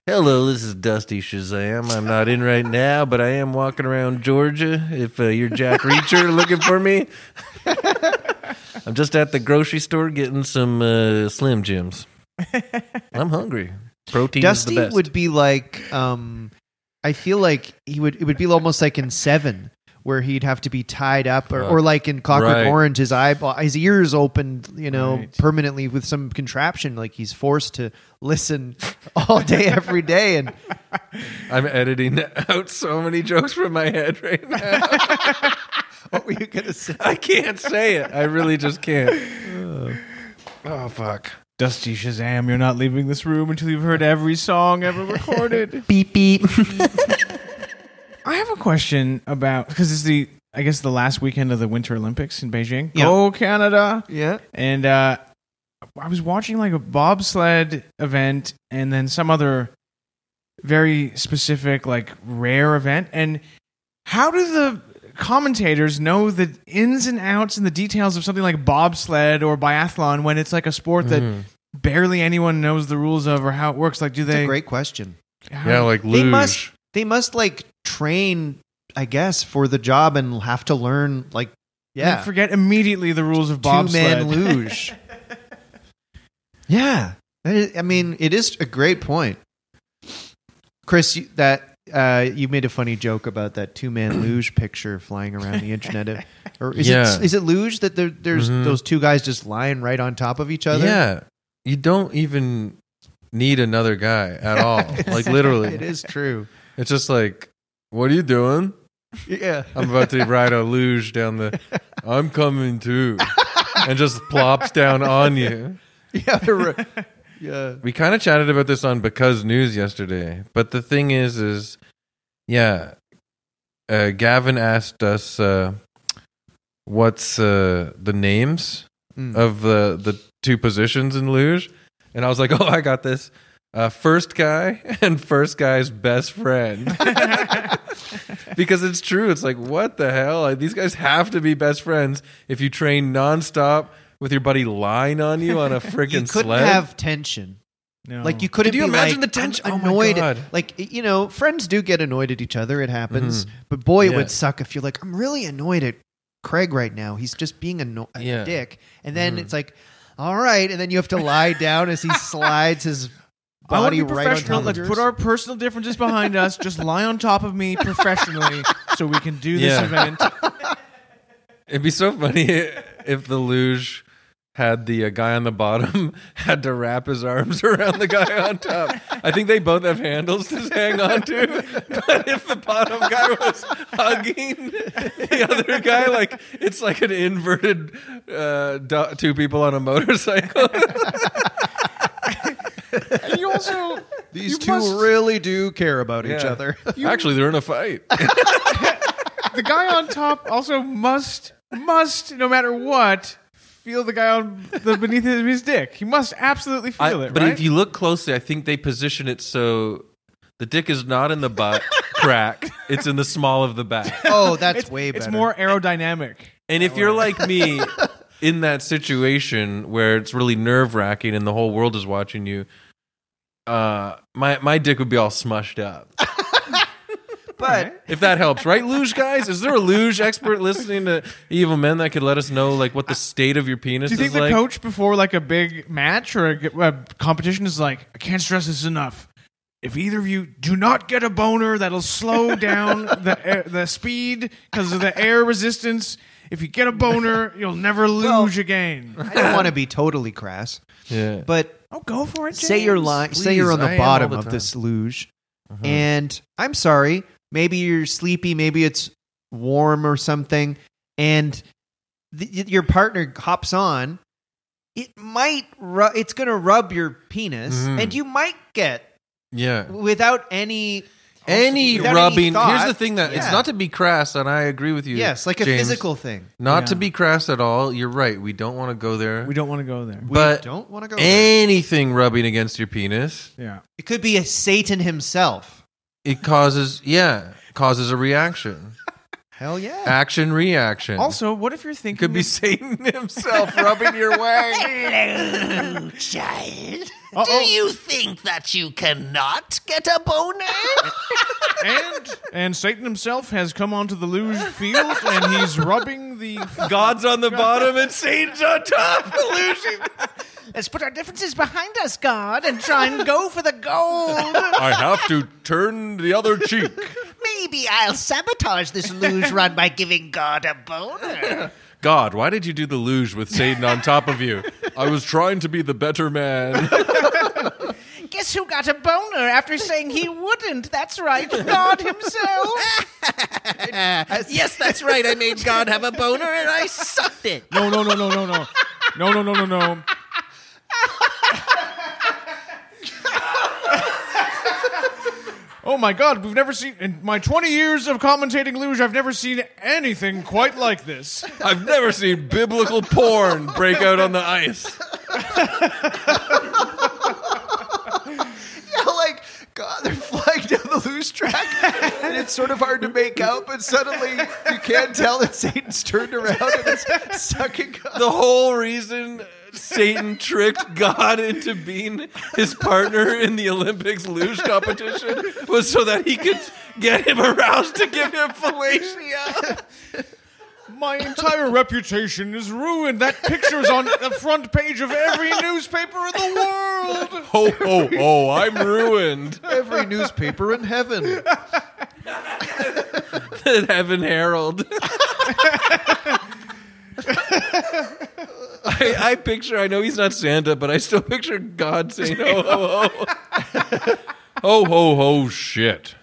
Speaker 1: Hello, this is Dusty Shazam. I'm not in right now, but I am walking around Georgia. If uh, you're Jack Reacher looking for me, I'm just at the grocery store getting some uh, Slim Jims. I'm hungry. Protein is
Speaker 3: Dusty
Speaker 1: the best.
Speaker 3: would be like, um, I feel like he would. It would be almost like in Seven, where he'd have to be tied up, or, or like in Clockwork
Speaker 1: Right.
Speaker 3: Orange, his eyeball, his ears opened, you know,
Speaker 2: Right.
Speaker 3: permanently with some contraption, like he's forced to listen all day, every day, and
Speaker 1: I'm editing out so many jokes from my head right now.
Speaker 3: what were you gonna say?
Speaker 1: I can't say it. I really just can't. Oh fuck.
Speaker 2: Dusty Shazam, you're not leaving this room until you've heard every song ever recorded.
Speaker 3: Beep beep.
Speaker 2: I have a question about because it's the I guess the last weekend of the Winter Olympics in Beijing.
Speaker 3: Yeah.
Speaker 2: Go Canada!
Speaker 3: yeah.
Speaker 2: And uh, I was watching like a bobsled event and then some other very specific like rare event. And how do the commentators know the ins and outs and the details of something like bobsled or biathlon when it's like a sport
Speaker 1: Mm.
Speaker 2: that
Speaker 1: Mm-hmm.
Speaker 2: barely anyone knows the rules of or how it works? Like, do
Speaker 3: That's
Speaker 2: they?
Speaker 3: a great question.
Speaker 2: how-
Speaker 1: Yeah, like
Speaker 3: They
Speaker 1: luge.
Speaker 3: must- They must like train, I guess, for the job and have to learn like
Speaker 2: and
Speaker 3: yeah,
Speaker 2: forget immediately the rules of
Speaker 3: two man
Speaker 2: bobsled.
Speaker 3: luge. yeah, That is- I mean, it is a great point, Chris. You, that uh, you made a funny joke about that two man luge picture flying around the internet, or is
Speaker 1: Yeah.
Speaker 3: it is it luge that there, there's
Speaker 1: Mhm.
Speaker 3: those two guys just lying right on top of each other?
Speaker 1: Yeah. You don't even need another guy at all. like literally.
Speaker 3: it is true.
Speaker 1: It's just like, what are you doing?
Speaker 3: Yeah.
Speaker 1: I'm about to ride a luge down the. I'm coming too, and just plops down on you.
Speaker 3: Yeah, they're right. yeah.
Speaker 1: We kind of chatted about this on Because News yesterday, but the thing is, is yeah, uh, Gavin asked us uh, what's uh, the names
Speaker 3: Mm.
Speaker 1: of the the two positions in luge, and I was like, oh, I got this. Uh, first guy and first guy's best friend. because it's true. It's like, what the hell? Like, these guys have to be best friends if you train nonstop with your buddy lying on you on a
Speaker 3: You
Speaker 1: freaking
Speaker 3: couldn't
Speaker 1: sled.
Speaker 3: have tension.
Speaker 2: No.
Speaker 3: Like you couldn't.
Speaker 1: Could you
Speaker 3: be
Speaker 1: imagine
Speaker 3: like,
Speaker 1: the tension?
Speaker 3: I'm
Speaker 1: Oh my
Speaker 3: annoyed.
Speaker 1: God.
Speaker 3: Like you know, friends do get annoyed at each other. It happens. But boy, it
Speaker 1: Mm-hmm. Yeah.
Speaker 3: would suck if you're like, I'm really annoyed at Craig right now. He's just being anno- a
Speaker 1: Yeah.
Speaker 3: dick. And then
Speaker 1: Mhm.
Speaker 3: it's like, all right. And then you have to lie down as he slides his
Speaker 2: I want
Speaker 3: body
Speaker 2: to be
Speaker 3: right on
Speaker 2: professional.
Speaker 3: top
Speaker 2: Let's
Speaker 3: of
Speaker 2: put
Speaker 3: yours.
Speaker 2: our personal differences behind us. Just lie on top of me professionally, so we can do this
Speaker 1: Yeah.
Speaker 2: event.
Speaker 1: It'd be so funny if the luge had the uh, guy on the bottom had to wrap his arms around the guy on top. I think they both have handles to hang on to. But if the bottom guy was hugging the other guy, like it's like an inverted uh, do- two people on a motorcycle.
Speaker 2: And you also
Speaker 3: These
Speaker 2: you
Speaker 3: two
Speaker 2: must-
Speaker 3: really do care about each
Speaker 1: Yeah.
Speaker 3: other.
Speaker 1: Actually, they're in a fight.
Speaker 2: the guy on top also must must no matter what feel the guy on the beneath his, his dick. He must absolutely
Speaker 1: I-
Speaker 2: feel it.
Speaker 1: but
Speaker 2: right?
Speaker 1: if you look closely, I think they position it so the dick is not in the butt crack; it's in the small of the back.
Speaker 3: oh, that's
Speaker 2: it's,
Speaker 3: way better.
Speaker 2: it's more aerodynamic.
Speaker 1: And if you're like me in that situation where it's really nerve wracking and the whole world is watching you, uh, my my dick would be all smushed up.
Speaker 3: but
Speaker 1: If that helps, right, luge guys? Is there a luge expert listening to Evil Men that could let us know like what the state of your penis
Speaker 2: Do you think
Speaker 1: is
Speaker 2: the
Speaker 1: like?
Speaker 2: coach before like a big match or a, g- a competition is like, I can't stress this enough. If either of you do not get a boner, that'll slow down the air, the speed because of the air resistance. If you get a boner, you'll never luge again.
Speaker 3: I don't want to be totally crass.
Speaker 1: yeah.
Speaker 3: But
Speaker 2: Oh, go for it.
Speaker 3: say you're
Speaker 2: James.
Speaker 3: lying. Say you're
Speaker 1: Please,
Speaker 3: on the
Speaker 1: I am all
Speaker 3: bottom
Speaker 1: the
Speaker 3: of
Speaker 1: time. Uh-huh.
Speaker 3: this luge, and I'm sorry. Maybe you're sleepy. Maybe it's warm or something, and th- y- your partner hops on. It might. Ru- it's going to rub your penis,
Speaker 1: Mhm.
Speaker 3: and you might get
Speaker 1: yeah.
Speaker 3: without any
Speaker 1: Any
Speaker 3: without
Speaker 1: rubbing.
Speaker 3: thought.
Speaker 1: here's the thing that it's
Speaker 3: Yeah.
Speaker 1: not to be crass, and I agree with you.
Speaker 3: Yes, like a
Speaker 1: James.
Speaker 3: physical thing.
Speaker 1: Not to
Speaker 2: Yeah.
Speaker 1: be crass at all. You're right. We don't want to go there.
Speaker 2: We don't want to go there.
Speaker 1: but
Speaker 3: we don't want to go. there.
Speaker 1: anything rubbing against your penis,
Speaker 2: Yeah.
Speaker 3: It could be a Satan himself.
Speaker 1: it causes yeah causes a reaction,
Speaker 3: Hell yeah.
Speaker 1: action reaction.
Speaker 2: Also, what if you're thinking
Speaker 1: could be
Speaker 2: of-
Speaker 1: Satan himself rubbing your wang.
Speaker 4: Hello, child.
Speaker 2: Uh-oh.
Speaker 4: Do you think that you cannot get a boner?
Speaker 2: and and Satan himself has come onto the luge field and he's rubbing the
Speaker 1: God's on the bottom and Satan's on top. Illusion.
Speaker 4: Let's put our differences behind us, God, and try and go for the gold.
Speaker 1: I have to turn the other cheek.
Speaker 4: Maybe I'll sabotage this luge run by giving God a boner.
Speaker 1: God, why did you do the luge with Satan on top of you? I was trying to be the better man.
Speaker 4: Guess who got a boner after saying he wouldn't? That's right, God himself. yes, that's right. I made God have a boner and I sucked it.
Speaker 2: No no no no no no. No no no no no. Oh my god, we've never seen in my 20 years of commentating luge, I've never seen anything quite like this.
Speaker 1: I've never seen biblical porn break out on the ice.
Speaker 3: Yeah, like God, they're flying down the loose track, and it's sort of hard to make out. But suddenly, you can't tell that Satan's turned around and is sucking up.
Speaker 1: The whole reason Satan tricked God into being his partner in the Olympics luge competition was so that he could get him aroused to give him fellatio.
Speaker 2: My entire reputation is ruined. That picture's on the front page of every newspaper in the world.
Speaker 1: Ho, ho, ho, I'm ruined.
Speaker 3: Every newspaper in heaven.
Speaker 1: Heaven Herald. I, I picture, I know he's not Santa, but I still picture God saying, ho, ho, ho. ho, ho, ho, shit.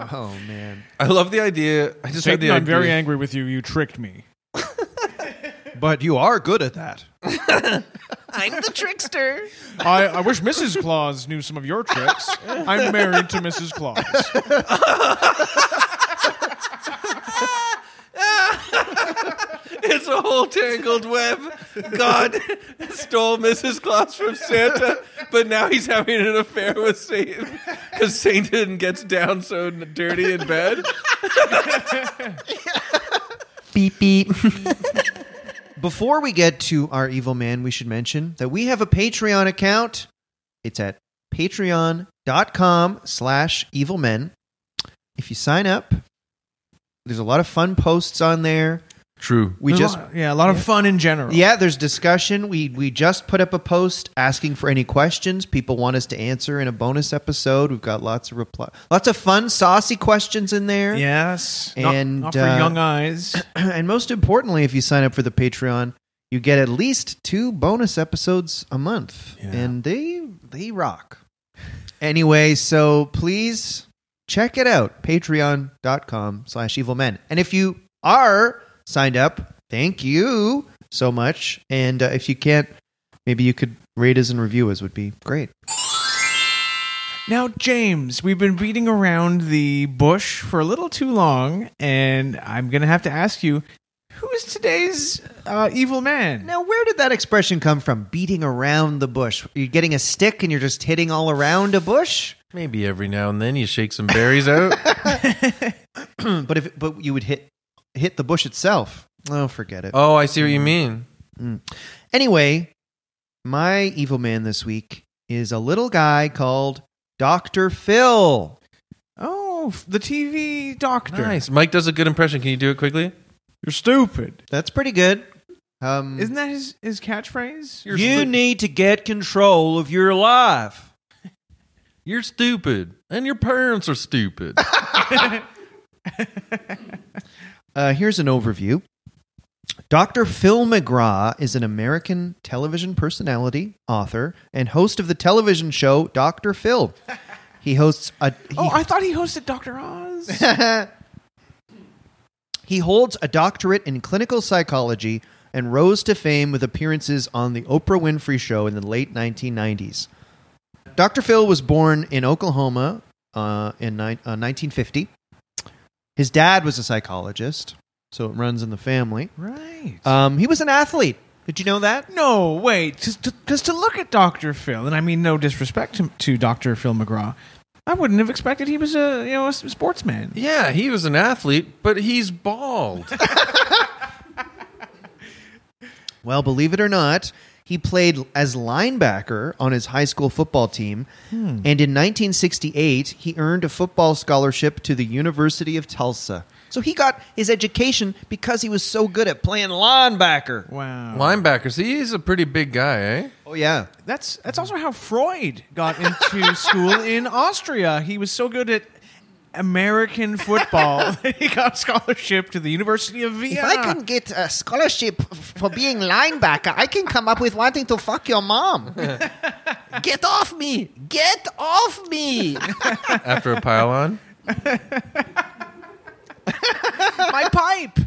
Speaker 3: Oh man.
Speaker 1: I love the idea. I just had the
Speaker 2: Satan,
Speaker 1: idea.
Speaker 2: I'm very angry with you. You tricked me.
Speaker 3: But you are good at that.
Speaker 4: I'm the trickster.
Speaker 2: I, I wish Mrs. Claus knew some of your tricks. I'm married to Mrs. Claus.
Speaker 1: It's a whole tangled web. God stole Mrs. Claus from Santa, but now he's having an affair with Satan because Satan gets down so dirty in bed.
Speaker 3: Beep beep. Before we get to our evil man, we should mention that we have a Patreon account. It's at patreon.com slash evil men. If you sign up, there's a lot of fun posts on there.
Speaker 1: True.
Speaker 3: We just
Speaker 2: yeah, a lot of fun in general.
Speaker 3: Yeah, there's discussion. We we just put up a post asking for any questions people want us to answer in a bonus episode. We've got lots of reply, lots of fun, saucy questions in there.
Speaker 2: Yes.
Speaker 3: And,
Speaker 2: not, not for
Speaker 3: uh,
Speaker 2: young eyes.
Speaker 3: and most importantly, if you sign up for the Patreon, you get at least two bonus episodes a month,
Speaker 2: Yeah.
Speaker 3: and they they rock. Anyway, so please check it out patreon.com slash evil men and if you are signed up thank you so much and uh, if you can't maybe you could rate us and review us would be great
Speaker 2: Now, James, we've been beating around the bush for a little too long, and I'm going to have to ask you who is today's uh, evil man?
Speaker 3: now where did that expression come from beating around the bush you're getting a stick and you're just hitting all around a bush
Speaker 1: Maybe every now and then you shake some berries out.
Speaker 3: but if but you would hit hit the bush itself. Oh, forget it.
Speaker 1: Oh, I see what you mean.
Speaker 3: Anyway, my evil man this week is a little guy called Doctor Phil.
Speaker 2: Oh, f- the TV doctor.
Speaker 1: Nice. Mike does a good impression. Can you do it quickly?
Speaker 2: You're stupid.
Speaker 3: That's pretty good. Um,
Speaker 2: Isn't that his, his catchphrase? You're
Speaker 3: you need to get control of your life.
Speaker 1: You're stupid, and your parents are stupid.
Speaker 3: Uh, here's an overview. Dr. Phil McGraw is an American television personality, author, and host of the television show Dr. Phil. He hosts a he
Speaker 2: Oh, I thought he hosted Dr. Oz.
Speaker 3: he holds a doctorate in clinical psychology and rose to fame with appearances on The Oprah Winfrey Show in the late 1990s. Dr. Phil was born in Oklahoma uh, in ni- uh, 1950. His dad was a psychologist, so it runs in the family.
Speaker 2: Right.
Speaker 3: Um, he was an athlete. Did you know that?
Speaker 2: no, wait. Because to, look at Dr. Phil, and I mean no disrespect to, to Dr. Phil McGraw, I wouldn't have expected he was a you know a s- sportsman.
Speaker 1: Yeah, he was an athlete, but he's bald.
Speaker 3: Well, believe it or not, he played as linebacker on his high school football team. And in 1968, he earned a football scholarship to the University of Tulsa. So he got his education because he was so good at playing linebacker.
Speaker 2: Wow.
Speaker 1: Linebackers. He's a pretty big guy, eh?
Speaker 3: Oh, yeah.
Speaker 2: That's that's also how Freud got into school in Austria. He was so good at American football that he got a scholarship to the University of Vienna.
Speaker 5: If I can get a scholarship f- for being linebacker, I can come up with wanting to fuck your mom.
Speaker 4: Get off me! Get off me!
Speaker 1: After a pylon.
Speaker 2: my pipe.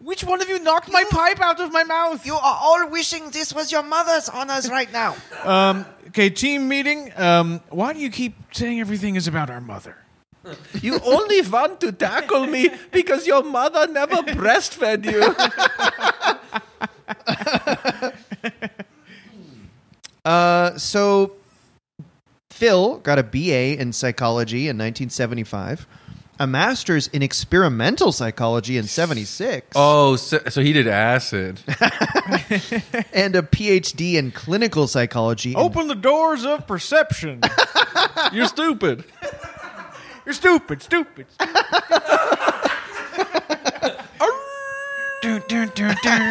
Speaker 2: Which one of you knocked my pipe out of my mouth?
Speaker 5: you are all wishing this was your mother's honors right now.
Speaker 2: Um, okay, team meeting. Um, why do you keep saying everything is about our mother?
Speaker 4: You only want to tackle me because your mother never breastfed you.
Speaker 3: Uh, so Phil got a BA in psychology in 1975, a master's in experimental psychology in 76,
Speaker 1: Oh, so, so he did acid.
Speaker 3: and a PhD in clinical psychology. in-
Speaker 2: Open the doors of perception.
Speaker 1: You're stupid.
Speaker 2: You're stupid, stupid.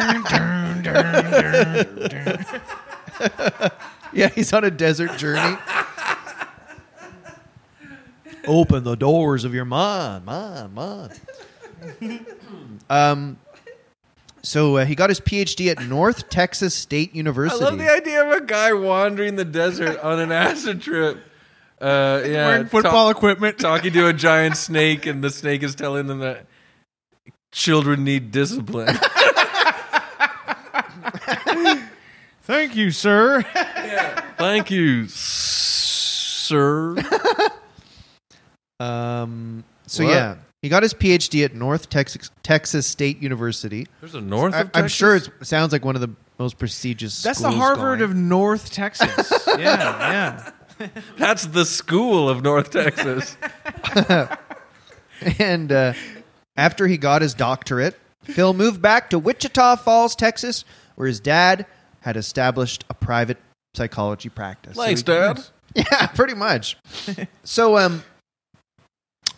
Speaker 3: yeah, he's on a desert journey. Open the doors of your mind, mind, mind. um, so uh, he got his PhD at North Texas State
Speaker 1: I
Speaker 3: University.
Speaker 1: love the idea of a guy wandering the desert on an acid trip. Uh, yeah,
Speaker 2: Wearing football
Speaker 1: talk-
Speaker 2: equipment.
Speaker 1: talking to a giant snake, and the snake is telling them that children need discipline.
Speaker 2: Thank you, sir.
Speaker 1: Thank you, sir.
Speaker 3: Um, so
Speaker 1: What?
Speaker 3: yeah, he got his PhD at North Texas Texas State University.
Speaker 1: There's a north.
Speaker 3: I,
Speaker 1: of
Speaker 3: I'm
Speaker 1: Texas?
Speaker 3: sure it's, it sounds like one of the most prestigious.
Speaker 2: That's the
Speaker 3: schools
Speaker 2: Harvard
Speaker 3: going.
Speaker 2: of North Texas. yeah, yeah.
Speaker 1: that's the school of North Texas.
Speaker 3: And uh, after he got his doctorate, Phil moved back to Wichita Falls, Texas, where his dad had established a private psychology practice. So
Speaker 1: Thanks,
Speaker 3: he-
Speaker 1: Dad.
Speaker 3: Yeah, pretty much. so, um,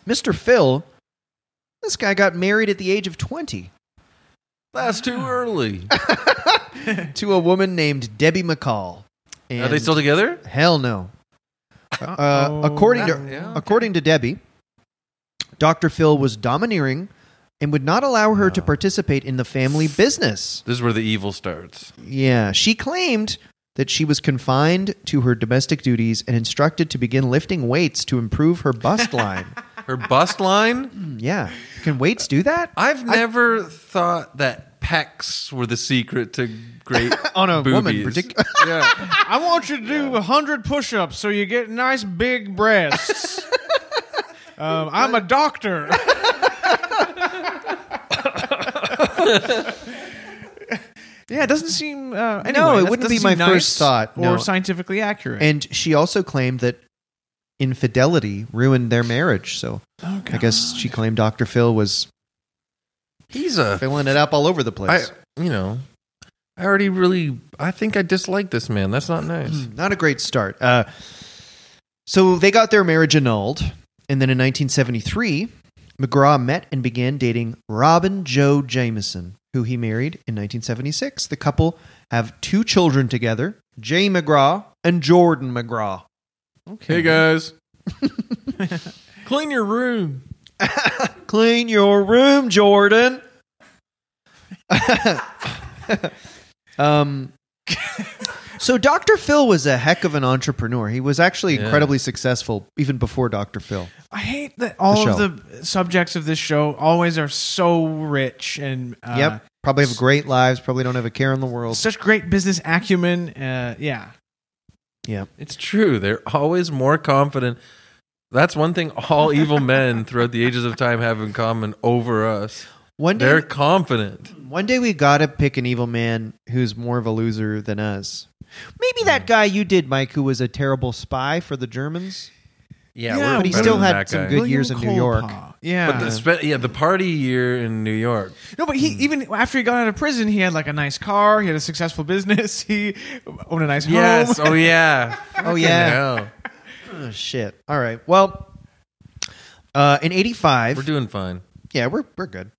Speaker 3: Mr. Phil, this guy got married at the age of twenty.
Speaker 1: That's too early.
Speaker 3: to a woman named Debbie McCall.
Speaker 1: Are they still together?
Speaker 3: Hell no. Uh,
Speaker 2: Uh-oh.
Speaker 3: according to
Speaker 1: Yeah, okay.
Speaker 3: according to Debbie, Dr. Phil was domineering and would not allow her to participate in the family business.
Speaker 1: This is where the evil starts.
Speaker 3: Yeah, she claimed that she was confined to her domestic duties and instructed to begin lifting weights to improve her bust line. Hmm,
Speaker 1: Her bust line.
Speaker 3: yeah, can weights do that
Speaker 1: I've never thought that pecs were the secret to great
Speaker 3: on a woman?
Speaker 1: boobies.
Speaker 3: Particular,
Speaker 1: yeah.
Speaker 2: I want you to do 100 push ups so you get nice big breasts. um, I'm a doctor. yeah, it doesn't seem. Uh, anyway,
Speaker 3: No, it
Speaker 2: that
Speaker 3: wouldn't be
Speaker 2: doesn't seem
Speaker 3: my first thought,
Speaker 2: Or
Speaker 3: no.
Speaker 2: scientifically accurate.
Speaker 3: and she also claimed that infidelity ruined their marriage. So I guess she claimed Dr. Phil was
Speaker 1: He's a
Speaker 3: filling it up all over the
Speaker 1: I,
Speaker 3: place.
Speaker 1: you know, I already really, I think I dislike this man. That's not nice.
Speaker 3: Hmm, Not a great start. Uh, so they got their marriage annulled. And then in 1973, McGraw met and began dating Robin Joe Jameson, who he married in 1976. The couple have two children together, Jay McGraw and Jordan McGraw.
Speaker 1: Hey guys, clean your room.
Speaker 3: Clean your room, Jordan. um, so Dr. Phil was a heck of an entrepreneur. He was actually
Speaker 1: Yeah.
Speaker 3: incredibly successful even before Dr. Phil.
Speaker 2: I hate that all
Speaker 3: The show.
Speaker 2: of the subjects of this show always are so rich and uh,
Speaker 3: yep. Probably have great lives, probably don't have a care in the world.
Speaker 2: such great business acumen. Uh, yeah.
Speaker 3: Yep.
Speaker 1: It's true. They're always more confident. That's one thing all evil men throughout the ages of time have in common over us.
Speaker 3: One day,
Speaker 1: They're confident.
Speaker 3: one day we gotta pick an evil man who's more of a loser than us. Maybe that guy you did, Mike, who was a terrible spy for the Germans.
Speaker 1: Yeah,
Speaker 2: Yeah, we're
Speaker 3: but he
Speaker 2: better
Speaker 3: still
Speaker 1: than
Speaker 3: had
Speaker 1: that
Speaker 3: some
Speaker 1: guy.
Speaker 3: good years in New York.
Speaker 2: Kolpa. Yeah.
Speaker 1: But the spe- yeah, the party year in New York.
Speaker 2: No, but he even after he got out of prison, he had like a nice car. He had a successful business. He owned a nice
Speaker 1: Yes.
Speaker 2: home.
Speaker 1: Oh yeah.
Speaker 3: Oh yeah.
Speaker 1: Hell.
Speaker 3: Oh, shit. All right. Well, uh, in '85,
Speaker 1: We're doing fine.
Speaker 3: Yeah, we're we're good.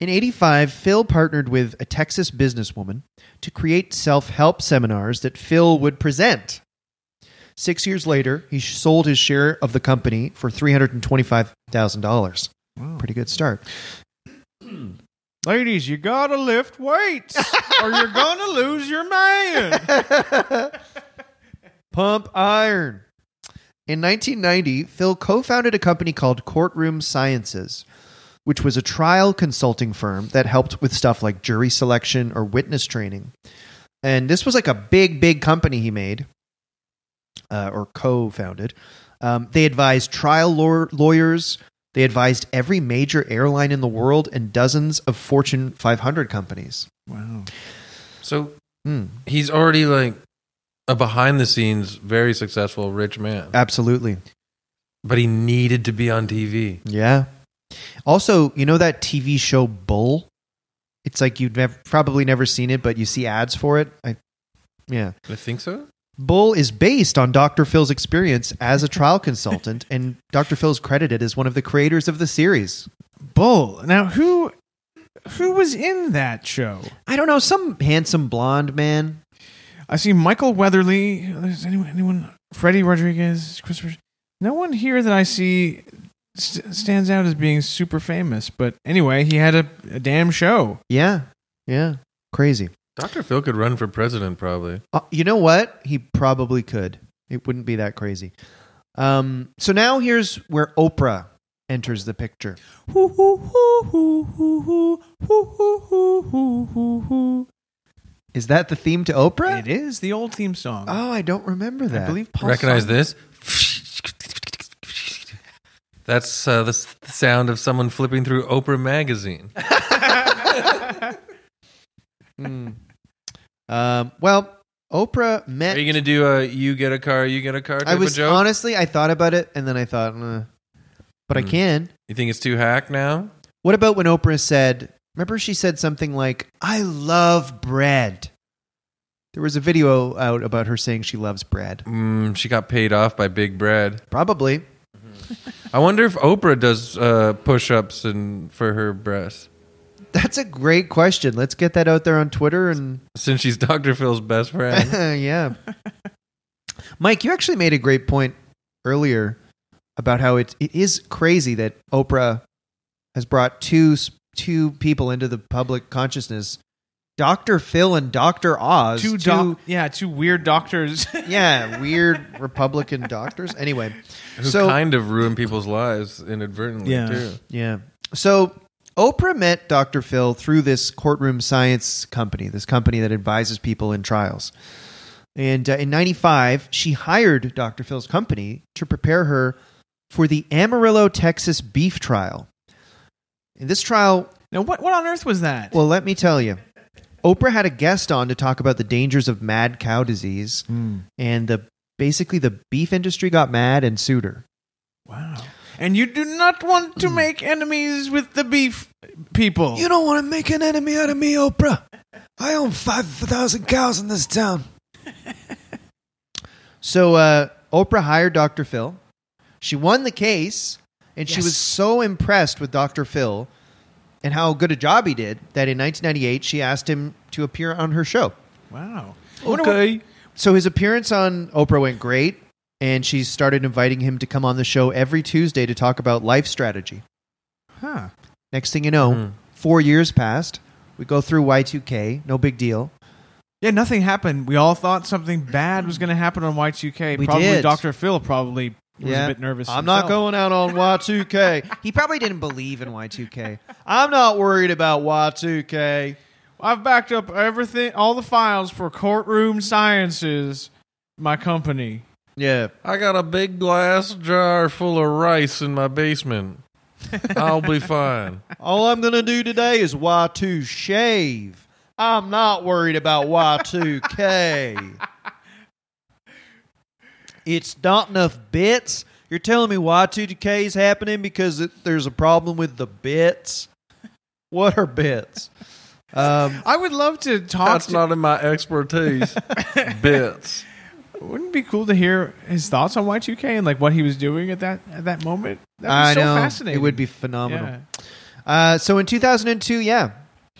Speaker 3: In 85, Phil partnered with a Texas businesswoman to create self-help seminars that Phil would present. 6 years later, he sold his share of the company for $325,000. Pretty good start.
Speaker 2: Ladies, you gotta lift weights, or you're gonna lose your man.
Speaker 3: Pump iron. In 1990, Phil co founded a company called Courtroom Sciences, which was a trial consulting firm that helped with stuff like jury selection or witness training. And this was like a big, big company he made uh, or co founded. Um, they advised trial law- lawyers, they advised every major airline in the world, and dozens of Fortune 500 companies.
Speaker 2: Wow.
Speaker 1: So
Speaker 3: Hmm.
Speaker 1: he's already like a behind the scenes, very successful, rich man.
Speaker 3: absolutely.
Speaker 1: But he needed to be on TV.
Speaker 3: Yeah. Also, you know that TV show Bull? It's like you've never, probably never seen it, but you see ads for it. I, yeah.
Speaker 1: I think so.
Speaker 3: Bull is based on Dr. Phil's experience as a trial consultant, and Dr. Phil's credited as one of the creators of the series.
Speaker 2: Bull. Now who who was in that show?
Speaker 3: I don't know, some handsome blonde man.
Speaker 2: I see Michael Weatherly. There's anyone anyone Freddie Rodriguez, Christopher. No one here that I see st- stands out as being super famous. But anyway, he had a, a damn show.
Speaker 3: Yeah. Yeah. Crazy.
Speaker 1: Dr. Phil could run for president probably.
Speaker 3: Uh, you know what? He probably could. It wouldn't be that crazy. Um, so now here's where Oprah enters the picture.
Speaker 2: Hoo, hoo, hoo, hoo, hoo, hoo, hoo, hoo, hoo, hoo, hoo, hoo.
Speaker 3: Is that the theme to Oprah?
Speaker 2: It is the old theme song.
Speaker 3: Oh, I don't remember that.
Speaker 2: I believe Paul
Speaker 1: Recognize
Speaker 2: Simon-
Speaker 1: this? That's uh, the s- the sound of someone flipping through Oprah magazine.
Speaker 3: Hmm. Um, well, Oprah met.
Speaker 1: Are you going to do a you get a car, you get a car type
Speaker 3: I
Speaker 1: of
Speaker 3: was
Speaker 1: joke?
Speaker 3: honestly, I thought about it, and then I thought, "Nah." but I
Speaker 1: Hmm.
Speaker 3: can.
Speaker 1: you think it's too hack now?
Speaker 3: What about when Oprah said? Remember, she said something like, "I love bread." There was a video out about her saying she loves bread.
Speaker 1: Mm, she got paid off by Big Bread.
Speaker 3: Probably.
Speaker 1: I wonder if Oprah does uh, push-ups and for her breasts
Speaker 3: That's a great question. Let's get that out there on Twitter and
Speaker 1: since she's Dr. Phil's best friend.
Speaker 3: yeah. Mike, you actually made a great point earlier about how it it is crazy that Oprah has brought two s- two people into the public consciousness, Doctor Phil and Doctor Oz.
Speaker 2: Two, doc- yeah, two weird doctors.
Speaker 3: yeah, weird Republican doctors. Anyway,
Speaker 1: who
Speaker 3: so
Speaker 1: kind of ruined people's lives inadvertently
Speaker 2: Yeah.
Speaker 1: too.
Speaker 3: yeah, so. Oprah met Dr. Phil through this courtroom science company, this company that advises people in trials. And uh, in 95, she hired Dr. Phil's company to prepare her for the Amarillo, Texas beef trial. In this trial,
Speaker 2: now, what what on earth was that?
Speaker 3: well, let me tell you, Oprah had a guest on to talk about the dangers of mad cow disease.
Speaker 1: Hmm.
Speaker 3: And the, basically, the beef industry got mad and sued her.
Speaker 2: wow. And you do not want
Speaker 3: Mm.
Speaker 2: to make enemies with the beef people.
Speaker 3: don't want to make an enemy out of me, Oprah. I own 5,000 cows in this town. so uh, Oprah hired Dr. Phil. She won the case, and she was so impressed with Dr. Phil and how good a job he did that in 1998 she asked him to appear on her show.
Speaker 2: wow.
Speaker 1: Okay.
Speaker 3: So his appearance on Oprah went great, and she started inviting him to come on the show every Tuesday to talk about life strategy.
Speaker 2: Huh.
Speaker 3: Next thing you know,
Speaker 1: Mhm.
Speaker 3: four years passed. We go through Y2K, no big deal.
Speaker 2: Yeah, nothing happened. We all thought something bad was going to happen on Y2K.
Speaker 3: We
Speaker 2: probably
Speaker 3: did.
Speaker 2: Dr. Phil probably was a bit nervous.
Speaker 3: I'm not
Speaker 2: himself.
Speaker 3: going out on Y2K. he probably didn't believe in Y2K. I'm not worried about Y2K.
Speaker 2: I've backed up everything, all the files for courtroom sciences. my company.
Speaker 3: Yeah.
Speaker 1: I got a big glass jar full of rice in my basement. I'll be fine.
Speaker 3: All I'm going to do today is Y2 shave. I'm not worried about Y2K. it's not enough bits. You're telling me Y2K is happening because it, there's a problem with the bits? What are bits? Um,
Speaker 2: I would love to talk.
Speaker 1: That's
Speaker 2: To,
Speaker 1: not in my expertise. Bits.
Speaker 2: wouldn't it be cool to hear his thoughts on Y2K and like what he was doing at that at that moment? That was
Speaker 3: I
Speaker 2: so
Speaker 3: know.
Speaker 2: fascinating.
Speaker 3: It would be
Speaker 2: Yeah.
Speaker 3: phenomenal. Uh, so in 2002, yeah,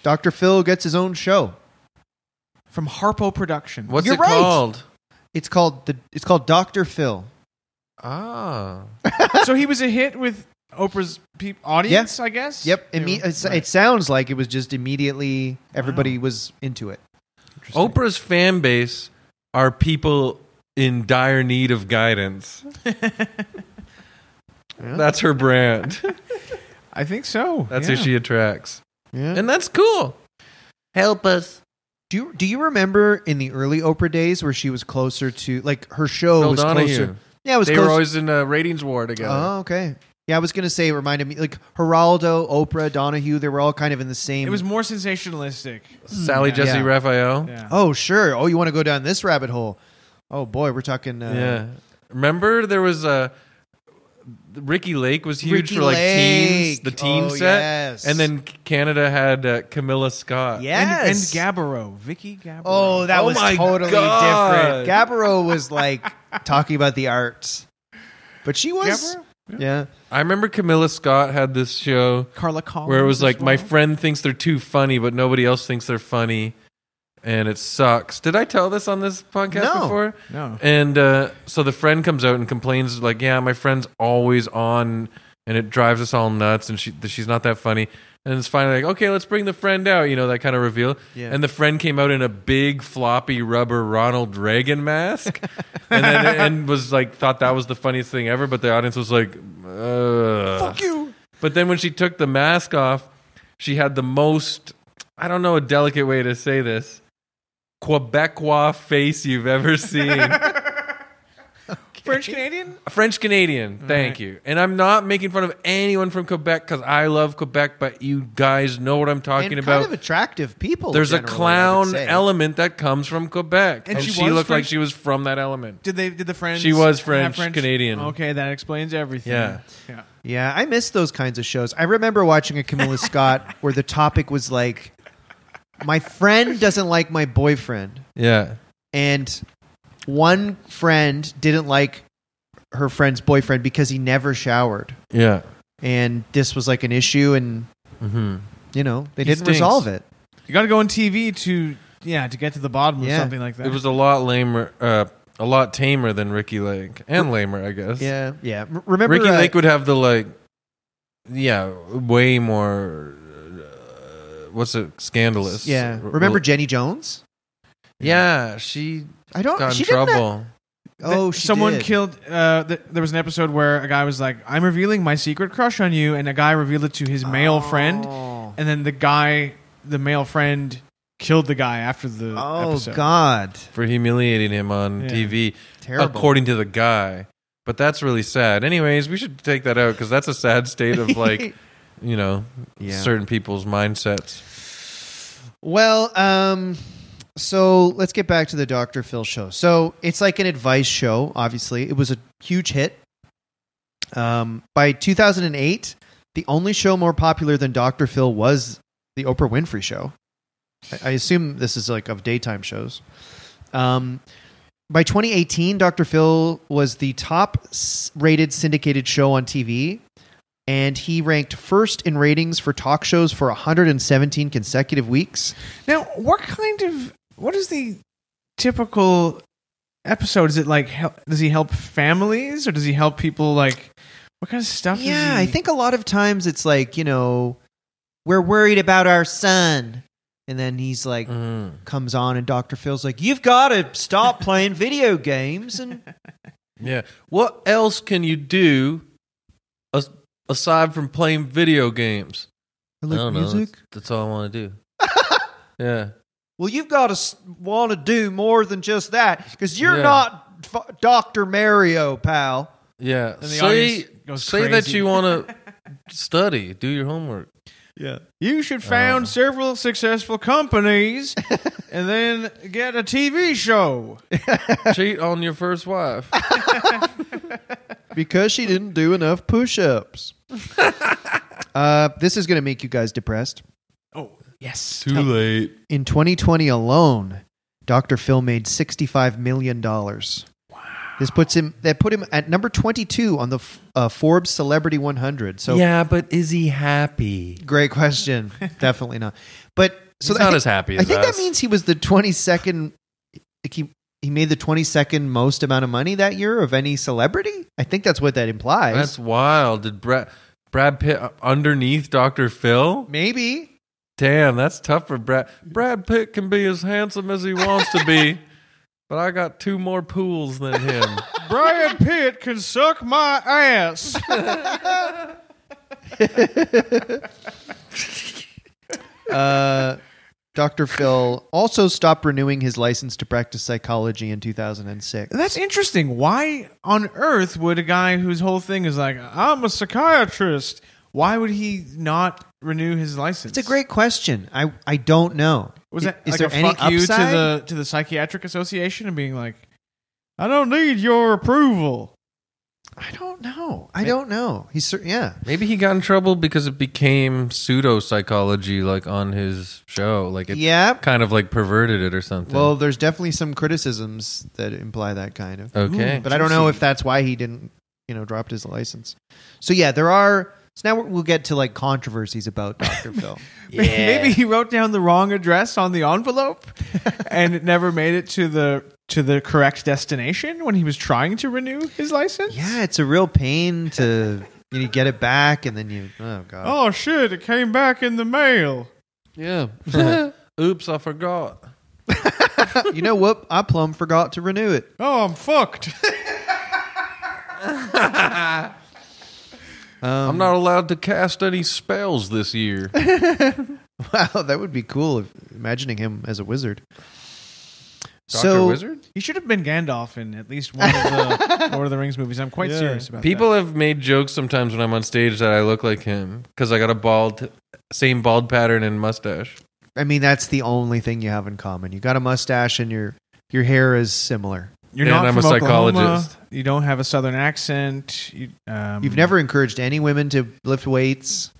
Speaker 3: Dr. Phil gets his own show.
Speaker 2: from Harpo Production.
Speaker 1: What's
Speaker 3: You're
Speaker 1: it
Speaker 3: right.
Speaker 1: called?
Speaker 3: It's called the. It's called Dr. Phil.
Speaker 1: Ah.
Speaker 2: so he was a hit with Oprah's peop audience, I guess.
Speaker 3: Yep.
Speaker 2: They
Speaker 3: It, me-
Speaker 2: were-
Speaker 3: it's,
Speaker 2: right.
Speaker 3: it sounds like it was just immediately everybody was into it.
Speaker 2: Interesting.
Speaker 1: Oprah's fan base are people in dire need of guidance. That's her brand.
Speaker 2: I think so.
Speaker 1: That's
Speaker 2: yeah.
Speaker 1: who she attracts.
Speaker 3: Yeah.
Speaker 1: And that's cool. Help us.
Speaker 3: do you, do you remember in the early Oprah days where she was closer to like her show
Speaker 1: Phil
Speaker 3: was
Speaker 1: Donahue.
Speaker 3: closer? Yeah, it was
Speaker 1: They
Speaker 3: closer.
Speaker 1: were always in a ratings war together.
Speaker 3: oh, okay. Yeah, I was gonna say it reminded me like Geraldo, Oprah, Donahue. They were all kind of in the same.
Speaker 2: It was more sensationalistic.
Speaker 1: Sally,
Speaker 2: Yeah.
Speaker 1: Jesse,
Speaker 3: Mm, Yeah.
Speaker 1: Raphael.
Speaker 2: Yeah.
Speaker 3: Oh sure. Oh, you want to go down this rabbit hole? Oh boy, we're talking. Uh,
Speaker 1: Yeah. Remember there was a Ricky Lake was huge
Speaker 3: Ricky
Speaker 1: for like teens,
Speaker 3: Lake.
Speaker 1: the teen
Speaker 3: Oh,
Speaker 1: set.
Speaker 3: yes.
Speaker 1: And then Canada had uh, Camilla Scott.
Speaker 2: And, and
Speaker 3: Yes.
Speaker 2: Gabbro, Vicky Gabbro.
Speaker 3: Oh, that
Speaker 1: Oh
Speaker 3: was
Speaker 1: my
Speaker 3: totally
Speaker 1: God.
Speaker 3: different. Gabbro was like talking about the arts, but she was
Speaker 2: Gabbro?
Speaker 3: yeah.
Speaker 1: I remember Camilla Scott had this show
Speaker 2: Carla Collins.
Speaker 1: where it was
Speaker 2: as
Speaker 1: like my
Speaker 2: well.
Speaker 1: friend thinks they're too funny, but nobody else thinks they're funny, and it sucks. Did I tell this on this podcast
Speaker 3: No.
Speaker 1: before?
Speaker 2: No.
Speaker 1: And uh, so the friend comes out and complains, like, "Yeah, my friend's always on, and it drives us all nuts, and she she's not that funny." And it's finally like, "Okay, let's bring the friend out," you know, that kind of reveal.
Speaker 3: Yeah.
Speaker 1: And the friend came out in a big floppy rubber Ronald Reagan mask, and then and was like, thought that was the funniest thing ever, but the audience was like, Ugh. "Fuck
Speaker 2: you.
Speaker 1: but then when she took the mask off, she had the most, I don't know a delicate way to say this, Quebecois face you've ever seen.
Speaker 2: French Canadian?
Speaker 1: French Canadian, thank
Speaker 2: right.
Speaker 1: you. And I'm not making fun of anyone from Quebec because I love Quebec, but you guys know what I'm
Speaker 3: And
Speaker 1: talking
Speaker 3: kind
Speaker 1: about.
Speaker 3: of attractive people.
Speaker 1: There's a
Speaker 3: generally, I would
Speaker 1: clown
Speaker 3: say.
Speaker 1: element that comes from Quebec.
Speaker 2: And
Speaker 1: And,
Speaker 2: she
Speaker 1: she,
Speaker 2: was
Speaker 1: looked
Speaker 2: French-
Speaker 1: like she was from that element.
Speaker 2: Did they? Did the friends?
Speaker 1: She was
Speaker 2: have
Speaker 1: French Canadian.
Speaker 2: Okay, that explains everything.
Speaker 1: Yeah.
Speaker 2: Yeah.
Speaker 3: Yeah, I miss those kinds of shows. I remember watching a Camilla Scott where the topic was like, my friend doesn't like my boyfriend,
Speaker 1: Yeah.
Speaker 3: and one friend didn't like her friend's boyfriend because he never showered,
Speaker 1: Yeah.
Speaker 3: and this was like an issue, and
Speaker 1: Mm-hmm.
Speaker 3: you know they
Speaker 1: He
Speaker 3: didn't
Speaker 1: stinks.
Speaker 3: resolve it.
Speaker 2: You got to go on TV to yeah to get to the bottom
Speaker 3: Yeah.
Speaker 2: of something like that.
Speaker 1: It was a lot lamer, uh, a lot tamer than Ricky Lake. And lamer, I guess.
Speaker 3: Yeah, yeah. R- remember
Speaker 1: Ricky
Speaker 3: uh,
Speaker 1: Lake would have the like, yeah, way more. Uh, what's it? Scandalous.
Speaker 3: Yeah,
Speaker 1: R-
Speaker 3: remember
Speaker 1: well-
Speaker 3: Jenny Jones?
Speaker 1: yeah, she
Speaker 3: I don't.
Speaker 1: got in
Speaker 3: she didn't uh, act-
Speaker 1: trouble.
Speaker 2: Th-
Speaker 3: oh, she
Speaker 2: someone
Speaker 3: did.
Speaker 2: killed. Uh, th- there was an episode where a guy was like, "I'm revealing my secret crush on you," and a guy revealed it to his male friend,
Speaker 3: Oh,
Speaker 2: and then the guy, the male friend, killed the guy after the
Speaker 3: Oh,
Speaker 2: episode.
Speaker 3: God,
Speaker 1: for humiliating him on
Speaker 2: Yeah.
Speaker 1: TV,
Speaker 3: terrible.
Speaker 1: according to the guy. But that's really sad. Anyways, we should take that out because that's a sad state of like, you know,
Speaker 3: Yeah.
Speaker 1: certain people's mindsets.
Speaker 3: Well, um, so let's get back to the Dr. Phil show. So it's like an advice show, obviously. It was a huge hit. Um, by 2008, the only show more popular than Dr. Phil was the Oprah Winfrey show. I, I assume this is like of daytime shows. Um, by 2018, Dr. Phil was the top s- rated syndicated show on TV and he ranked first in ratings for talk shows for 117 consecutive weeks.
Speaker 2: Now, what kind of what is the typical episode? Is it like hel- does he help families or does he help people like what kind of stuff? does
Speaker 3: Yeah,
Speaker 2: he-
Speaker 3: I think a lot of times it's like, you know, we're worried about our son. And then he's like,
Speaker 1: Mhm.
Speaker 3: comes on, and Dr. Phil's like, you've got to stop playing video games. And
Speaker 1: Yeah. What else can you do as- aside from playing video games?
Speaker 3: I like music.
Speaker 1: That's, that's all I want to do. yeah.
Speaker 3: Well, you've got to s- want to do more than just that because you're
Speaker 1: Yeah.
Speaker 3: not f- Dr. Mario, pal.
Speaker 1: Yeah.
Speaker 2: the
Speaker 1: say
Speaker 2: audience goes
Speaker 1: say that
Speaker 2: crazy.
Speaker 1: you want to study, do your homework.
Speaker 2: Yeah. You should found several successful companies and then get a TV show.
Speaker 1: Cheat on your first wife.
Speaker 3: Because she didn't do enough push ups. uh, this is going to make you guys depressed.
Speaker 2: Oh, yes.
Speaker 1: Too late.
Speaker 3: In 2020 alone, Dr. Phil made $65 million. Wow. This puts him, that put him at number 22 on the F- uh, Forbes Celebrity 100. So,
Speaker 1: yeah, but is he happy?
Speaker 3: great question. Definitely not. But so
Speaker 1: He's
Speaker 3: I
Speaker 1: not
Speaker 3: think-
Speaker 1: as happy
Speaker 3: I
Speaker 1: as
Speaker 3: think
Speaker 1: us.
Speaker 3: that means he was the 22nd. like, He he made the 22nd most amount of money that year of any celebrity. I think that's what that implies.
Speaker 1: That's wild. Did Brad Brad Pitt uh, underneath Dr. Phil?
Speaker 3: Maybe
Speaker 1: Damn, that's tough for Brad. Brad Pitt can be as handsome as he wants to be, but I got two more pools than him.
Speaker 2: Brian Pitt can suck my ass.
Speaker 3: uh, Dr. Phil also stopped renewing his license to practice psychology in 2006.
Speaker 2: That's interesting. Why on earth would a guy whose whole thing is like, I'm a psychiatrist, why would he not renew his license?
Speaker 3: It's a great question. I I don't know.
Speaker 2: Was
Speaker 3: I-
Speaker 2: that
Speaker 3: is
Speaker 2: like
Speaker 3: there
Speaker 2: a
Speaker 3: any
Speaker 2: fuck you to
Speaker 3: upside?
Speaker 2: the to the psychiatric association and being like, I don't need your approval.
Speaker 3: I don't know. I don't know. He's cer- yeah.
Speaker 1: Maybe he got in trouble because it became pseudo psychology, like on his show. Like it
Speaker 3: yeah.
Speaker 1: kind of like perverted it or something.
Speaker 3: Well, there's definitely some criticisms that imply that kind of.
Speaker 1: okay.
Speaker 3: but I don't know if that's why he didn't, you know, dropped his license. So yeah, there are. So now we'll get to like controversies about Doctor Phil.
Speaker 2: Maybe he wrote down the wrong address on the envelope and it never made it to the to the correct destination when he was trying to renew his license.
Speaker 3: Yeah, it's a real pain to you, know, you get it back, and then you oh god.
Speaker 2: Oh shit, it came back in the mail.
Speaker 1: yeah. Oops, I forgot.
Speaker 3: You know what? I plumb forgot to renew it.
Speaker 2: Oh, I'm fucked.
Speaker 3: Um,
Speaker 1: I'm not allowed to cast any spells this year.
Speaker 3: Wow, that would be cool. If, imagining him as a wizard.
Speaker 1: Doctor Wizard.
Speaker 2: He should have been Gandalf in at least one of the Lord of the Rings movies. I'm quite serious about
Speaker 1: People have made jokes sometimes when I'm on stage that I look like him because I got a bald, same bald pattern and mustache.
Speaker 3: I mean, that's the only thing you have in common. You got a mustache, and your your hair is similar.
Speaker 2: that. You're
Speaker 1: and
Speaker 2: not
Speaker 1: I'm
Speaker 2: from
Speaker 1: a
Speaker 2: Oklahoma.
Speaker 1: psychologist.
Speaker 2: You don't have a southern accent. You, um,
Speaker 1: Mm.
Speaker 3: You've never encouraged any women to lift weights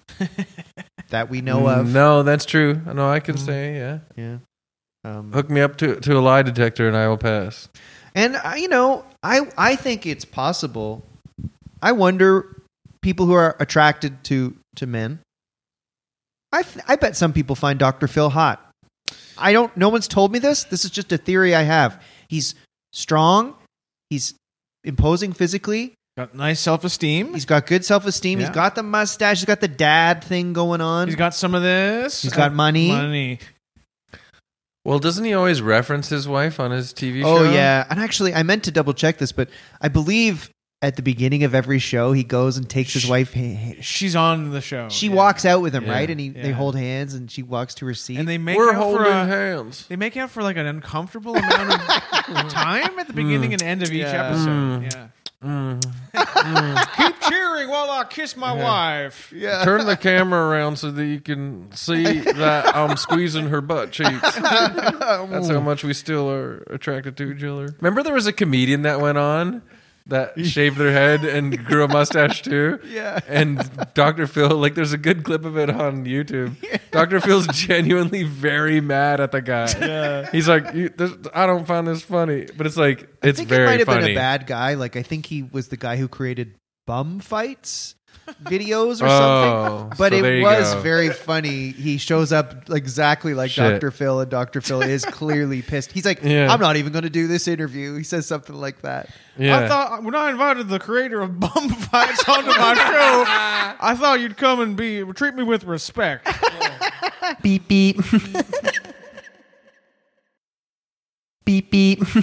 Speaker 3: that we know of.
Speaker 1: No, that's true. No, I can say yeah.
Speaker 3: Yeah. Um,
Speaker 1: Hook me up to to a lie detector and I will pass.
Speaker 3: And I- you know, I I think it's possible. I wonder people who are attracted to to men. I th- I bet some people find Dr. Phil hot. I don't no one's told me this. This is just a theory I have. He's strong. He's imposing physically.
Speaker 2: got nice self esteem.
Speaker 3: He's got good self-esteem.
Speaker 2: Yeah.
Speaker 3: He's got the mustache. He's got the dad thing going on.
Speaker 2: He's got some of this.
Speaker 3: He's got money.
Speaker 2: Money.
Speaker 1: Well, doesn't he always reference his wife on his TV show?
Speaker 3: Oh yeah, and actually, I meant to double check this, but I believe at the beginning of every show, he goes and takes his
Speaker 2: Sh-
Speaker 3: wife ha- ha-
Speaker 2: She's on the show.
Speaker 3: she
Speaker 2: Yeah.
Speaker 3: walks out with him,
Speaker 1: Oh, Yeah.
Speaker 3: right? And he, they
Speaker 2: Yeah.
Speaker 3: hold hands, and she walks to her seat.
Speaker 2: and they make
Speaker 1: we're
Speaker 2: out
Speaker 1: holding
Speaker 2: for a,
Speaker 1: hands.
Speaker 2: they make out for like an uncomfortable amount of time at the beginning and end of each
Speaker 3: Yeah.
Speaker 2: episode.
Speaker 1: Mm.
Speaker 2: Yeah.
Speaker 1: Mm.
Speaker 2: Keep cheering while I kiss my wife.
Speaker 3: yeah,
Speaker 1: Turn the camera around so that you can see that I'm squeezing her butt cheeks. That's how much we still are attracted to each other. Remember, there was a comedian that went on that shaved their head and grew a mustache too.
Speaker 3: Yeah.
Speaker 1: And Dr. Phil, like, there's a good clip of it on YouTube. Dr. Phil's genuinely very mad at the guy. He's like, "You- this, I don't find this funny, but it's like, it's
Speaker 3: I think
Speaker 1: very
Speaker 3: he might have
Speaker 1: funny.
Speaker 3: been a bad guy. Like I think he was the guy who created bum fights videos or something.
Speaker 1: oh,
Speaker 3: But
Speaker 1: so there
Speaker 3: it
Speaker 1: you
Speaker 3: was
Speaker 1: go.
Speaker 3: very funny. He shows up exactly like
Speaker 1: Shit.
Speaker 3: Dr. Phil, and Dr. Phil is clearly pissed. He's like,
Speaker 1: Yeah.
Speaker 3: "I'm not even going to do this interview." He says something like that.
Speaker 1: Yeah.
Speaker 2: I thought when I invited the creator of Bum Fights onto my show, I thought you'd come and be treat me with respect.
Speaker 5: Beep beep. beep beep.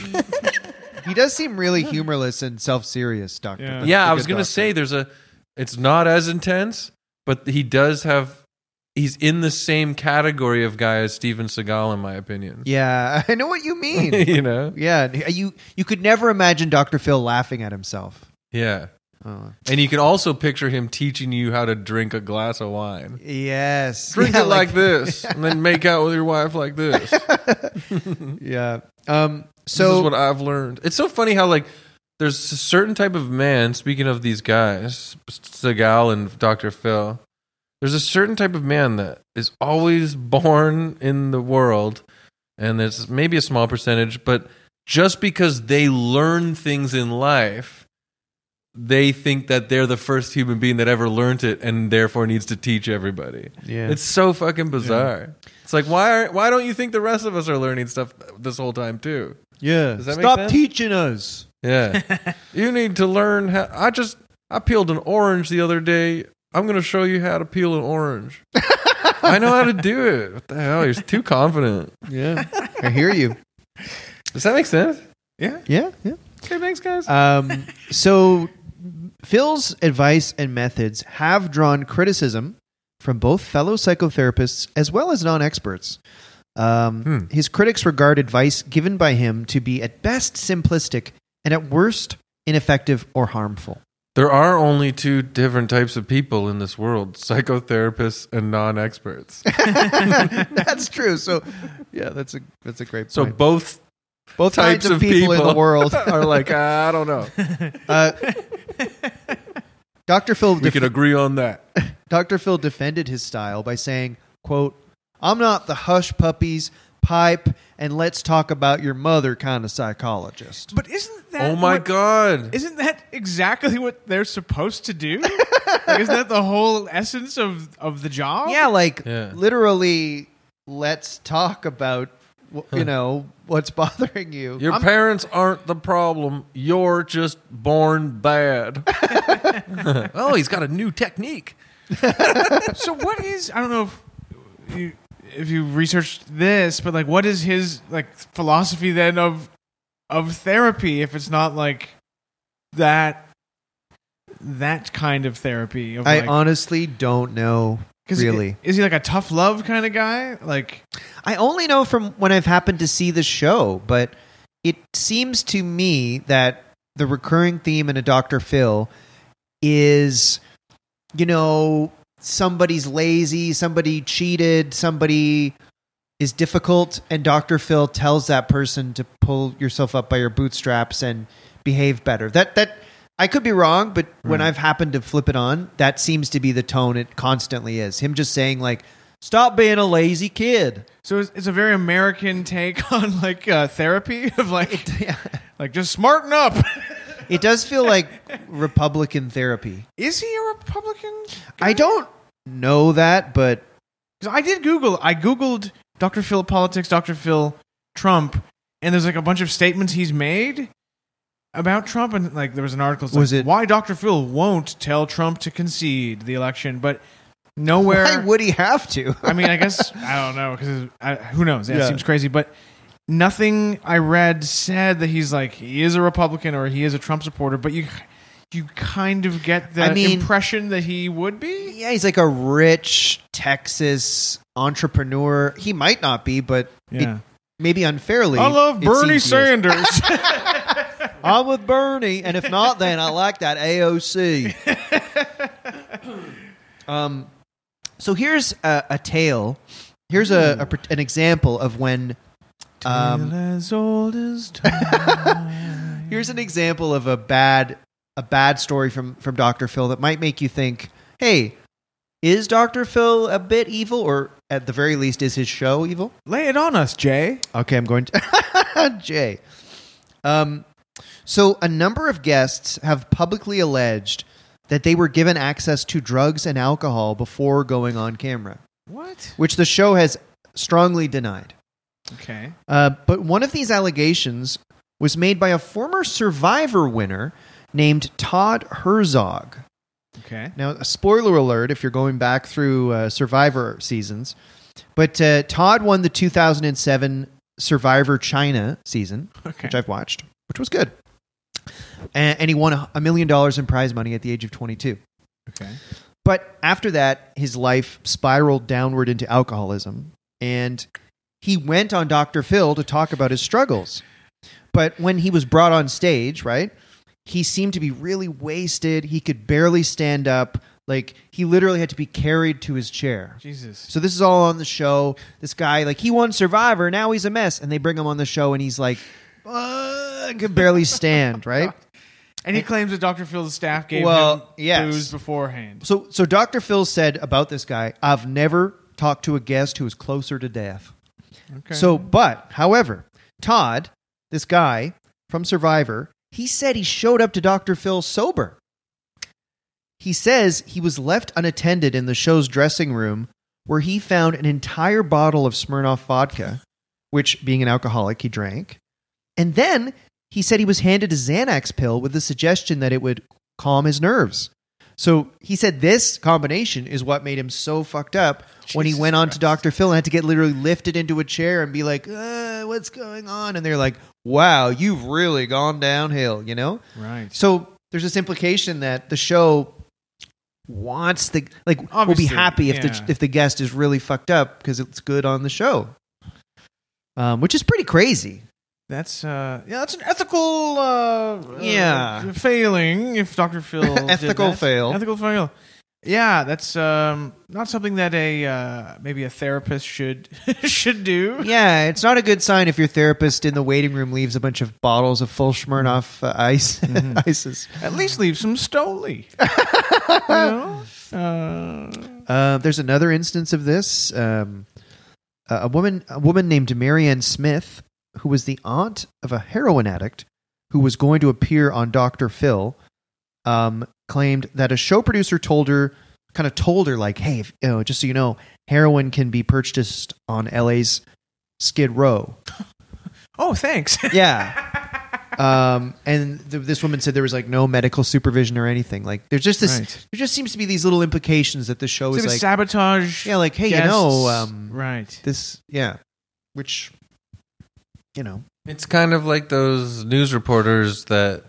Speaker 3: He does seem really humorless and self-serious, Doctor.
Speaker 2: Yeah.
Speaker 3: Phil.
Speaker 1: yeah,
Speaker 3: He's a
Speaker 1: I was
Speaker 3: good
Speaker 1: gonna
Speaker 3: doctor.
Speaker 1: say there's a. It's not as intense, but he does have. he's in the same category of guy as Steven Seagal, in my opinion.
Speaker 3: Yeah, I know what you mean.
Speaker 1: you know?
Speaker 3: yeah, uh, you you could never imagine Dr. Phil laughing at himself.
Speaker 1: Yeah.
Speaker 3: Oh.
Speaker 1: And you can also picture him teaching you how to drink a glass of wine.
Speaker 3: Yes.
Speaker 1: Drink
Speaker 3: Yeah,
Speaker 1: it like, this, and then make out with your wife like this.
Speaker 3: Yeah. Um
Speaker 1: this is
Speaker 3: so
Speaker 1: what I've learned. It's so funny how like there's a certain type of man. Speaking of these guys, Seagal and Dr. Phil, there's a certain type of man that is always born in the world, and there's maybe a small percentage, but just because they learn things in life, they think that they're the first human being that ever learned it, and therefore needs to teach everybody.
Speaker 3: yeah.
Speaker 1: It's so fucking bizarre. It's like why are, why don't you think the rest of us are learning stuff this whole time too?
Speaker 3: yeah.
Speaker 1: Does that make
Speaker 3: Stop
Speaker 1: sense?
Speaker 3: teaching us.
Speaker 1: Yeah. you need to learn how. I just I peeled an orange the other day. I'm going to show you how to peel an orange. I know how to do it. What the hell? You're too confident.
Speaker 3: Yeah. I hear you.
Speaker 1: Does that make sense? Uh,
Speaker 3: Yeah. Yeah.
Speaker 1: Okay, thanks, guys.
Speaker 3: Um, so, Phil's advice and methods have drawn criticism from both fellow psychotherapists as well as non experts. Um,
Speaker 1: Hmm.
Speaker 3: His critics regard advice given by him to be at best simplistic and at worst ineffective or harmful.
Speaker 1: There are only two different types of people in this world psychotherapists and non experts.
Speaker 3: that's true. So, yeah, that's a that's a great
Speaker 1: So
Speaker 3: point.
Speaker 1: both
Speaker 3: both
Speaker 1: types
Speaker 3: kinds of
Speaker 1: of
Speaker 3: people, in the
Speaker 1: people.
Speaker 3: world.
Speaker 1: are like, "Ah, I don't know.
Speaker 3: Uh, Dr. Phil
Speaker 1: We can agree on that.
Speaker 3: Dr. Phil defended his style by saying, quote, I'm not the hush puppies, pipe, and let's talk about your mother kind of psychologist.
Speaker 2: But isn't that
Speaker 1: Oh my
Speaker 2: what-
Speaker 1: God.
Speaker 2: Isn't that exactly what they're supposed to do? like, isn't that the whole essence of of the job?
Speaker 3: Yeah, like
Speaker 1: Yeah.
Speaker 3: literally, let's talk about, wh- you know, what's bothering you.
Speaker 1: Your
Speaker 3: I'm-
Speaker 1: parents aren't the problem. You're just born bad. oh, he's got a new technique.
Speaker 2: So what is? I don't know if you if you researched this, but like, what is his like philosophy then of of therapy? If it's not like that that kind of therapy, of
Speaker 3: I
Speaker 2: like-
Speaker 3: honestly don't know.
Speaker 2: 'cause
Speaker 3: really-
Speaker 2: is he like a tough love kind of guy? Like,
Speaker 3: I only know from when I've happened to see the show, but it seems to me that the recurring theme in a Dr. Phil is, you know, somebody's lazy, somebody cheated, somebody is difficult, and Dr. Phil tells that person to pull yourself up by your bootstraps and behave better. That that I could be wrong, but when I've happened to flip it on, that seems to be the tone it constantly is. Him just saying like, "Stop being a lazy kid."
Speaker 2: so it's, it's a very American take on like uh, therapy of like like just smarten up.
Speaker 3: It does feel like Republican therapy.
Speaker 2: is he a Republican?
Speaker 3: I don't know that, but
Speaker 2: Because I did Google. I Googled Dr. Phil politics, Dr. Phil Trump, and there's like a bunch of statements he's made about Trump, and like there was an article. it's
Speaker 3: Was
Speaker 2: like,
Speaker 3: it-
Speaker 2: why Dr. Phil won't tell Trump to concede the election? But nowhere.
Speaker 3: why would he have to?
Speaker 2: I mean, I guess I don't know because who knows? That
Speaker 3: Yeah.
Speaker 2: seems crazy, but. Nothing I read said that he's like he is a Republican or he is a Trump supporter, but you, you kind of get the
Speaker 3: I mean-
Speaker 2: impression that he would be.
Speaker 3: yeah, he's like a rich Texas entrepreneur. He might not be, but it-
Speaker 2: Yeah.
Speaker 3: maybe unfairly.
Speaker 2: I love
Speaker 3: it
Speaker 2: Bernie
Speaker 3: seems he is.
Speaker 2: Sanders.
Speaker 3: I'm with Bernie, and if not, then I like that AOC. um, so here's a, a tale. Here's a, a pr- an example of when. Um,
Speaker 2: as old as time.
Speaker 3: here's an example of a bad a bad story from from Dr. Phil that might make you think, "Hey, is Dr. Phil a bit evil, or at the very least, is his show evil?"
Speaker 2: Lay it on us, Jay.
Speaker 3: Okay, I'm going to Jay. Um, so a number of guests have publicly alleged that they were given access to drugs and alcohol before going on camera,
Speaker 2: What?
Speaker 3: which the show has strongly denied.
Speaker 2: Okay.
Speaker 3: Uh, but one of these allegations was made by a former Survivor winner named Todd Herzog.
Speaker 2: Okay.
Speaker 3: Now, a spoiler alert if you're going back through uh, Survivor seasons, but uh, Todd won the 2007 Survivor China season,
Speaker 2: Okay.
Speaker 3: which I've watched, which was good. And, and he won a, a million dollars in prize money at the age of 22.
Speaker 2: Okay.
Speaker 3: But after that, his life spiraled downward into alcoholism. And he went on Dr. Phil to talk about his struggles. But when he was brought on stage, right, he seemed to be really wasted. He could barely stand up. Like, he literally had to be carried to his chair.
Speaker 2: Jesus.
Speaker 3: So this is all on the show. This guy, like, he won Survivor. Now he's a mess, and they bring him on the show, and he's like, "Uh, I can barely stand. Right.
Speaker 2: And he claims that Dr. Phil's staff gave him
Speaker 3: Well, yes.
Speaker 2: booze beforehand.
Speaker 3: So, so Dr. Phil said about this guy, I've never talked to a guest who is closer to death.
Speaker 2: Okay.
Speaker 3: So, but however, Todd, this guy from Survivor, he said he showed up to Dr. Phil sober. He says he was left unattended in the show's dressing room where he found an entire bottle of Smirnoff vodka, which, being an alcoholic, he drank. And then he said he was handed a Xanax pill with the suggestion that it would calm his nerves. So he said this combination is what made him so fucked up when he
Speaker 2: Jesus
Speaker 3: went on to
Speaker 2: Christ.
Speaker 3: Dr. Phil and had to get literally lifted into a chair and be like, uh, what's going on? And they're like, wow, you've really gone downhill, you know?
Speaker 2: right.
Speaker 3: So there's this implication that the show wants the like will be
Speaker 2: Obviously,
Speaker 3: happy if
Speaker 2: yeah.
Speaker 3: the if the guest is really fucked up because it's good on the show, um, which is pretty crazy.
Speaker 2: That's uh, yeah, that's an ethical uh,
Speaker 3: Yeah.
Speaker 2: uh, failing. If Dr. Phil did
Speaker 3: Ethical
Speaker 2: that.
Speaker 3: fail.
Speaker 2: ethical fail. Yeah, that's um, not something that a uh, maybe a therapist should should do.
Speaker 3: Yeah, it's not a good sign if your therapist in the waiting room leaves a bunch of bottles of full Smirnoff uh, ice
Speaker 2: Mm-hmm.
Speaker 3: ices.
Speaker 2: At least leave some stoli. you know? uh,
Speaker 3: Uh, there's another instance of this. Um, a a woman, a woman named Marianne Smith, who was the aunt of a heroin addict who was going to appear on Doctor Phil, um, claimed that a show producer told her, kind of told her, like, "Hey, if, you know, just so you know, heroin can be purchased on LA's Skid Row."
Speaker 2: oh, thanks.
Speaker 3: Yeah. Um, and th- this woman said there was like no medical supervision or anything. Like, there's just this.
Speaker 2: Right.
Speaker 3: There just seems to be these little implications that the show
Speaker 2: So
Speaker 3: is
Speaker 2: it's
Speaker 3: like
Speaker 2: sabotage.
Speaker 3: yeah, like hey, you know, um,
Speaker 2: right?
Speaker 3: this, yeah, which, you know,
Speaker 1: It's kind of like those news reporters that,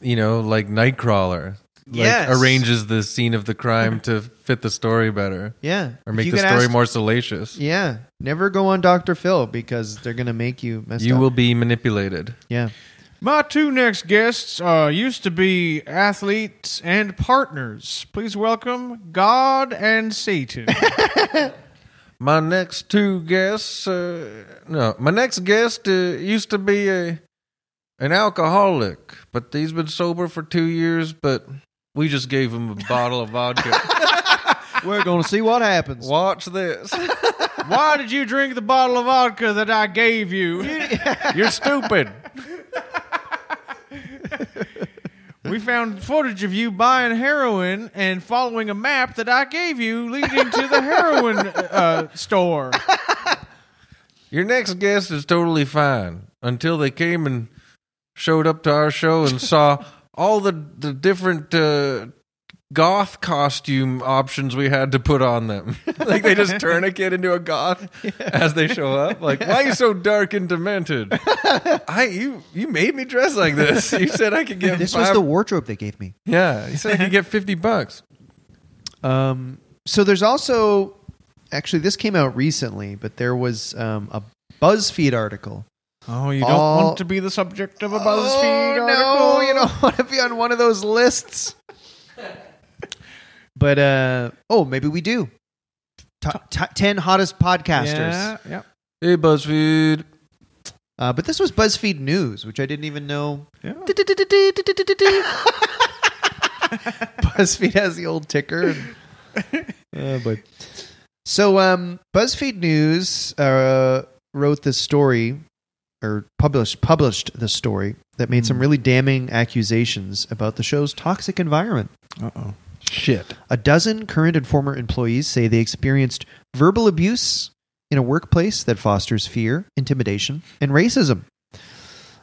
Speaker 1: you know, like Nightcrawler, like
Speaker 3: Yes.
Speaker 1: arranges the scene of the crime to fit the story better
Speaker 3: yeah,
Speaker 1: or
Speaker 3: If
Speaker 1: make
Speaker 3: you
Speaker 1: the
Speaker 3: get
Speaker 1: story
Speaker 3: asked-
Speaker 1: more salacious.
Speaker 3: Yeah, never go on Doctor Phil because they're gonna make you mess
Speaker 1: You
Speaker 3: up.
Speaker 1: will be manipulated.
Speaker 3: yeah,
Speaker 2: My two next guests uh, used to be athletes and partners. Please welcome God and Satan.
Speaker 1: My next two guests, uh, no, my next guest uh, used to be a an alcoholic, but he's been sober for two years. But we just gave him a bottle of vodka.
Speaker 3: we're gonna see what happens.
Speaker 1: Watch this.
Speaker 2: Why did you drink the bottle of vodka that I gave you?
Speaker 1: You're stupid.
Speaker 2: We found footage of you buying heroin and following a map that I gave you leading to the heroin uh, store.
Speaker 1: Your next guest is totally fine until they came and showed up to our show and saw all the the different uh, goth costume options we had to put on them. like they just turn a kid into a goth as they show up. Like, why are you so dark and demented? I you you made me dress like this. You said I could get
Speaker 3: This was
Speaker 1: five,
Speaker 3: the wardrobe they gave me.
Speaker 1: yeah. You said I could get fifty bucks.
Speaker 3: Um, so there's also actually this came out recently, but there was um, a BuzzFeed article.
Speaker 2: Oh, you don't
Speaker 3: All-
Speaker 2: want to be the subject of a BuzzFeed
Speaker 3: oh,
Speaker 2: article.
Speaker 3: No, you don't want to be on one of those lists. but uh, oh, maybe we do. Top, top ten hottest podcasters.
Speaker 2: Yeah, yeah.
Speaker 1: Hey BuzzFeed.
Speaker 3: Uh, but this was BuzzFeed News, which I didn't even know.
Speaker 2: Yeah.
Speaker 3: BuzzFeed has the old ticker. Uh, but so um, BuzzFeed News uh, wrote this story or published published the story that made some really damning accusations about the show's toxic environment.
Speaker 2: Uh-oh.
Speaker 3: Shit. A dozen current and former employees say they experienced verbal abuse in a workplace that fosters fear, intimidation, and racism.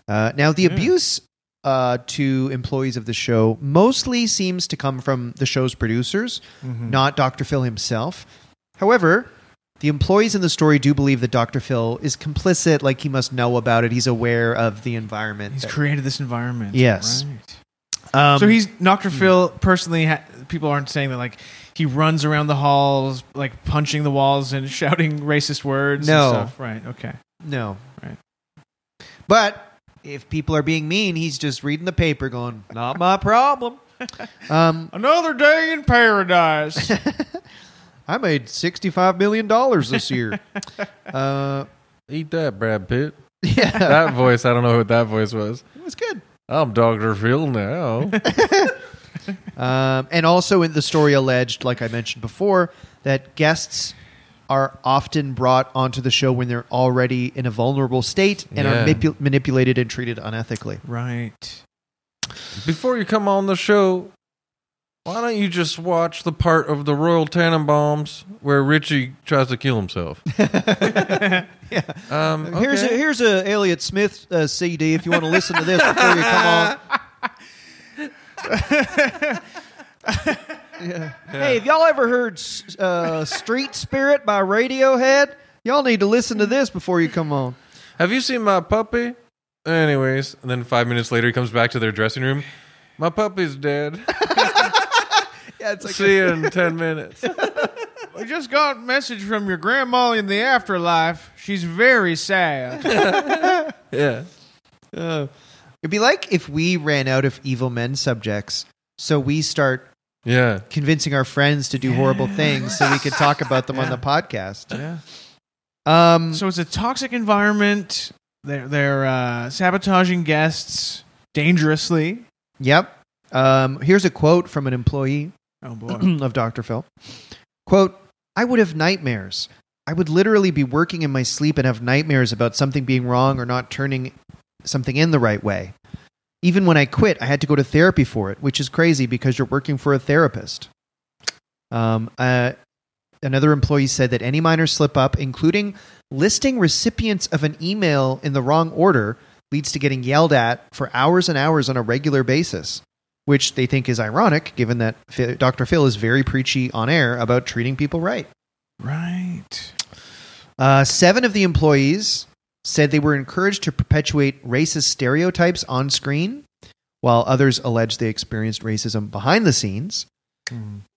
Speaker 3: Uh, now, the
Speaker 2: Yeah.
Speaker 3: abuse uh, to employees of the show mostly seems to come from the show's producers, not Dr. Phil himself. However, the employees in the story do believe that Dr. Phil is complicit, like he must know about it. He's aware of the environment.
Speaker 2: He's
Speaker 3: that-
Speaker 2: created this environment.
Speaker 3: Yes.
Speaker 2: Right.
Speaker 3: Um, hmm.
Speaker 2: so he's Dr. Phil personally. Ha- people aren't saying that like he runs around the halls, like punching the walls and shouting racist words. and
Speaker 3: No.
Speaker 2: stuff. right? Okay,
Speaker 3: no
Speaker 2: Right.
Speaker 3: But if people are being mean, he's just reading the paper, going, "Not my problem." um,
Speaker 2: another day in paradise.
Speaker 3: I made sixty-five million dollars this year. uh,
Speaker 1: Eat that, Brad Pitt.
Speaker 3: yeah,
Speaker 1: That voice, I don't know what that voice was.
Speaker 3: it was good.
Speaker 1: I'm Dr. Phil now.
Speaker 3: Um, and also in the story alleged, like I mentioned before, that guests are often brought onto the show when they're already in a vulnerable state and are
Speaker 1: Yeah.
Speaker 3: manipu- manipulated and treated unethically.
Speaker 2: right.
Speaker 1: Before you come on the show, why don't you just watch the part of the Royal Tannenbaums where Richie tries to kill himself? Um,
Speaker 3: Uh, Here's a,
Speaker 1: okay.
Speaker 3: here's a Elliot Smith uh, CD if you want to listen to this before you come on. Yeah. Hey, have y'all ever heard s- uh, "Street Spirit" by Radiohead? Y'all need to listen to this before you come on.
Speaker 1: Have you seen my puppy? Anyways, and then five minutes later, he comes back to their dressing room. My puppy's dead.
Speaker 3: Yeah, it's like
Speaker 1: See you in 10 minutes.
Speaker 2: We just got a message from your grandma in the afterlife. She's very sad.
Speaker 1: Yeah.
Speaker 2: Oh,
Speaker 3: It'd be like if we ran out of evil men subjects, so we start
Speaker 1: Yeah.
Speaker 3: convincing our friends to do horrible things so we could talk about them on the podcast.
Speaker 2: yeah.
Speaker 3: Um,
Speaker 2: So it's a toxic environment. They're they're uh, sabotaging guests dangerously.
Speaker 3: yep. Um, here's a quote from an employee
Speaker 2: Oh boy.
Speaker 3: of Dr. Phil. Quote, I would have nightmares. I would literally be working in my sleep and have nightmares about something being wrong or not turning something in the right way. Even when I quit, I had to go to therapy for it, which is crazy because you're working for a therapist. Um, uh, another employee said that any minor slip up, including listing recipients of an email in the wrong order, leads to getting yelled at for hours and hours on a regular basis which they think is ironic given that Ph- Dr. Phil is very preachy on air about treating people right.
Speaker 2: right.
Speaker 3: Uh, seven of the employees said they were encouraged to perpetuate racist stereotypes on screen, while others alleged they experienced racism behind the scenes.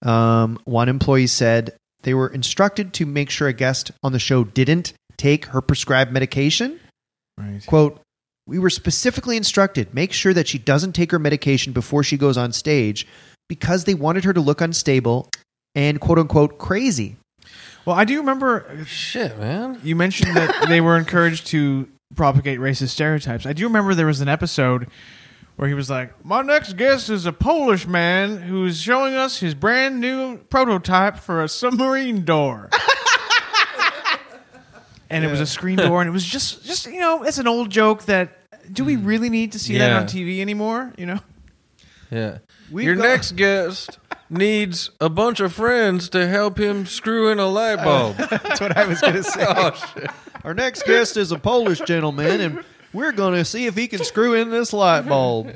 Speaker 3: Um, one employee said they were instructed to make sure a guest on the show didn't take her prescribed medication.
Speaker 2: Right.
Speaker 3: Quote, we were specifically instructed make sure that she doesn't take her medication before she goes on stage because they wanted her to look unstable and quote unquote crazy.
Speaker 2: Well, I do remember
Speaker 1: Shit, man.
Speaker 2: you mentioned that they were encouraged to propagate racist stereotypes. I do remember there was an episode where he was like, "My next guest is a Polish man who's showing us his brand new prototype for a submarine door." and it was a screen door and it was just just you know, it's an old joke that do
Speaker 3: Hmm.
Speaker 2: we really need to see
Speaker 1: Yeah.
Speaker 2: that on TV anymore, you know?
Speaker 1: Yeah.
Speaker 3: We've
Speaker 1: Your
Speaker 3: got-
Speaker 1: next guest needs a bunch of friends to help him screw in a light bulb. Oh,
Speaker 3: That's what I was going to say. Our next guest is a Polish gentleman, and we're going to see if he can screw in this light bulb.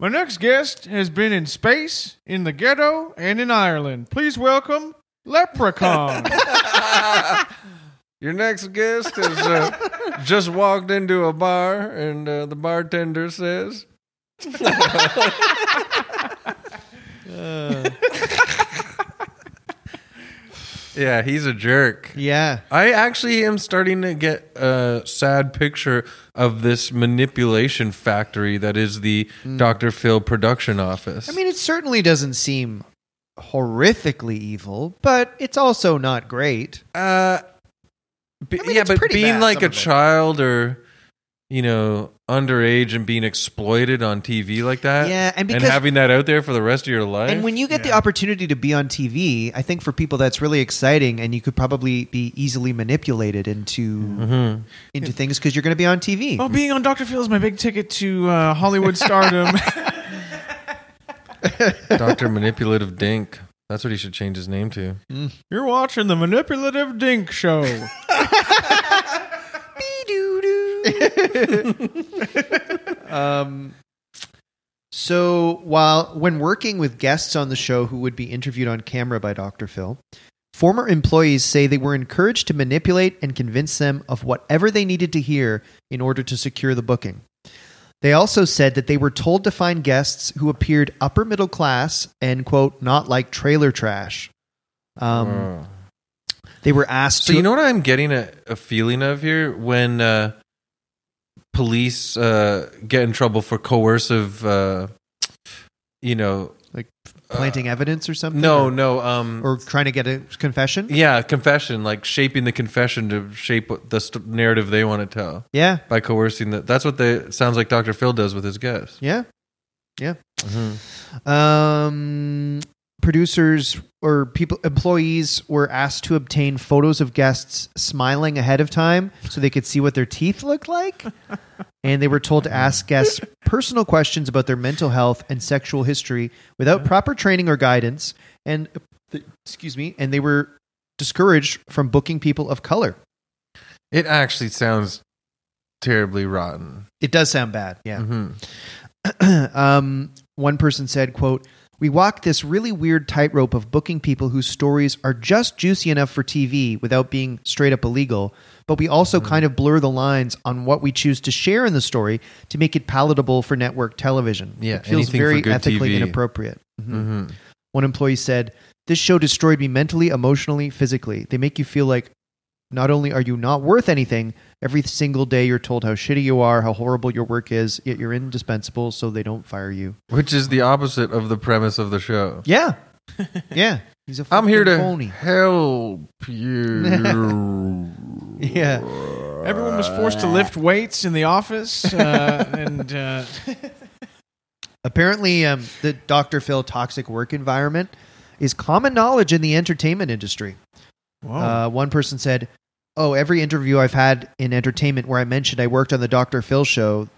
Speaker 2: My next guest has been in space, in the ghetto, and in Ireland. Please welcome Leprechaun.
Speaker 1: Your next guest is uh, just walked into a bar, and uh, the bartender says, "Yeah, he's a jerk."
Speaker 3: Yeah.
Speaker 1: I actually am starting to get a sad picture of this manipulation factory that is the Dr. Phil production office.
Speaker 3: Hmm. I mean, it certainly doesn't seem horrifically evil, but it's also not great.
Speaker 1: Uh, b-
Speaker 3: I mean,
Speaker 1: yeah,
Speaker 3: it's
Speaker 1: but
Speaker 3: pretty
Speaker 1: being
Speaker 3: bad,
Speaker 1: like
Speaker 3: some
Speaker 1: a
Speaker 3: of it.
Speaker 1: child or you know underage and being exploited on TV like that,
Speaker 3: Yeah, and because-
Speaker 1: having that out there for the rest of your life,
Speaker 3: And when you get the opportunity to be on TV, I think for people that's really exciting, and you could probably be easily manipulated into into things because you're going to be on TV.
Speaker 2: Oh, being on Dr. Phil is my big ticket to uh, Hollywood stardom.
Speaker 1: Doctor Manipulative Dink, that's what he should change his name to.
Speaker 2: You're watching the Manipulative Dink Show.
Speaker 3: Um, so while when working with guests on the show who would be interviewed on camera by Dr. Phil, former employees say they were encouraged to manipulate and convince them of whatever they needed to hear in order to secure the booking. They also said that they were told to find guests who appeared upper middle class and quote not like trailer trash. Um,
Speaker 1: Oh.
Speaker 3: They were asked.
Speaker 1: So
Speaker 3: to,
Speaker 1: you know what I'm getting a, a feeling of here when uh, police uh, get in trouble for coercive, uh, you know,
Speaker 3: like planting evidence or something.
Speaker 1: uh, no,
Speaker 3: or,
Speaker 1: no, um,
Speaker 3: or trying to get a confession.
Speaker 1: yeah, confession, like shaping the confession to shape what the st- narrative they want to tell
Speaker 3: yeah,
Speaker 1: by coercing the That's what they sounds like Dr. Phil does with his guests.
Speaker 3: yeah. Um, producers or people employees were asked to obtain photos of guests smiling ahead of time so they could see what their teeth looked like. And they were told to ask guests personal questions about their mental health and sexual history without proper training or guidance. And excuse me, and they were discouraged from booking people of color.
Speaker 1: It actually sounds terribly rotten.
Speaker 3: It does sound bad, yeah.
Speaker 1: Mhm.
Speaker 3: um, one person said, quote, we walk this really weird tightrope of booking people whose stories are just juicy enough for TV without being straight up illegal, but we also
Speaker 1: Mm.
Speaker 3: kind of blur the lines on what we choose to share in the story to make it palatable for network television.
Speaker 1: Yeah,
Speaker 3: it feels
Speaker 1: anything for
Speaker 3: very
Speaker 1: good
Speaker 3: ethically
Speaker 1: TV.
Speaker 3: inappropriate. Mhm.
Speaker 1: Mhm.
Speaker 3: One employee said, This show destroyed me mentally, emotionally, physically. They make you feel like not only are you not worth anything, every single day you're told how shitty you are, how horrible your work is, yet you're indispensable, so they don't fire you.
Speaker 1: Which is the opposite of the premise of the show.
Speaker 3: Yeah. yeah. He's a
Speaker 1: I'm here to
Speaker 3: fucking phony.
Speaker 1: help you.
Speaker 3: Yeah.
Speaker 2: Everyone was forced to lift weights in the office, uh, and uh,
Speaker 3: Apparently, um, the Dr. Phil toxic work environment is common knowledge in the entertainment industry.
Speaker 2: whoa,
Speaker 3: Uh, one person said, "Oh, every interview I've had in entertainment where I mentioned I worked on the Dr. Phil show,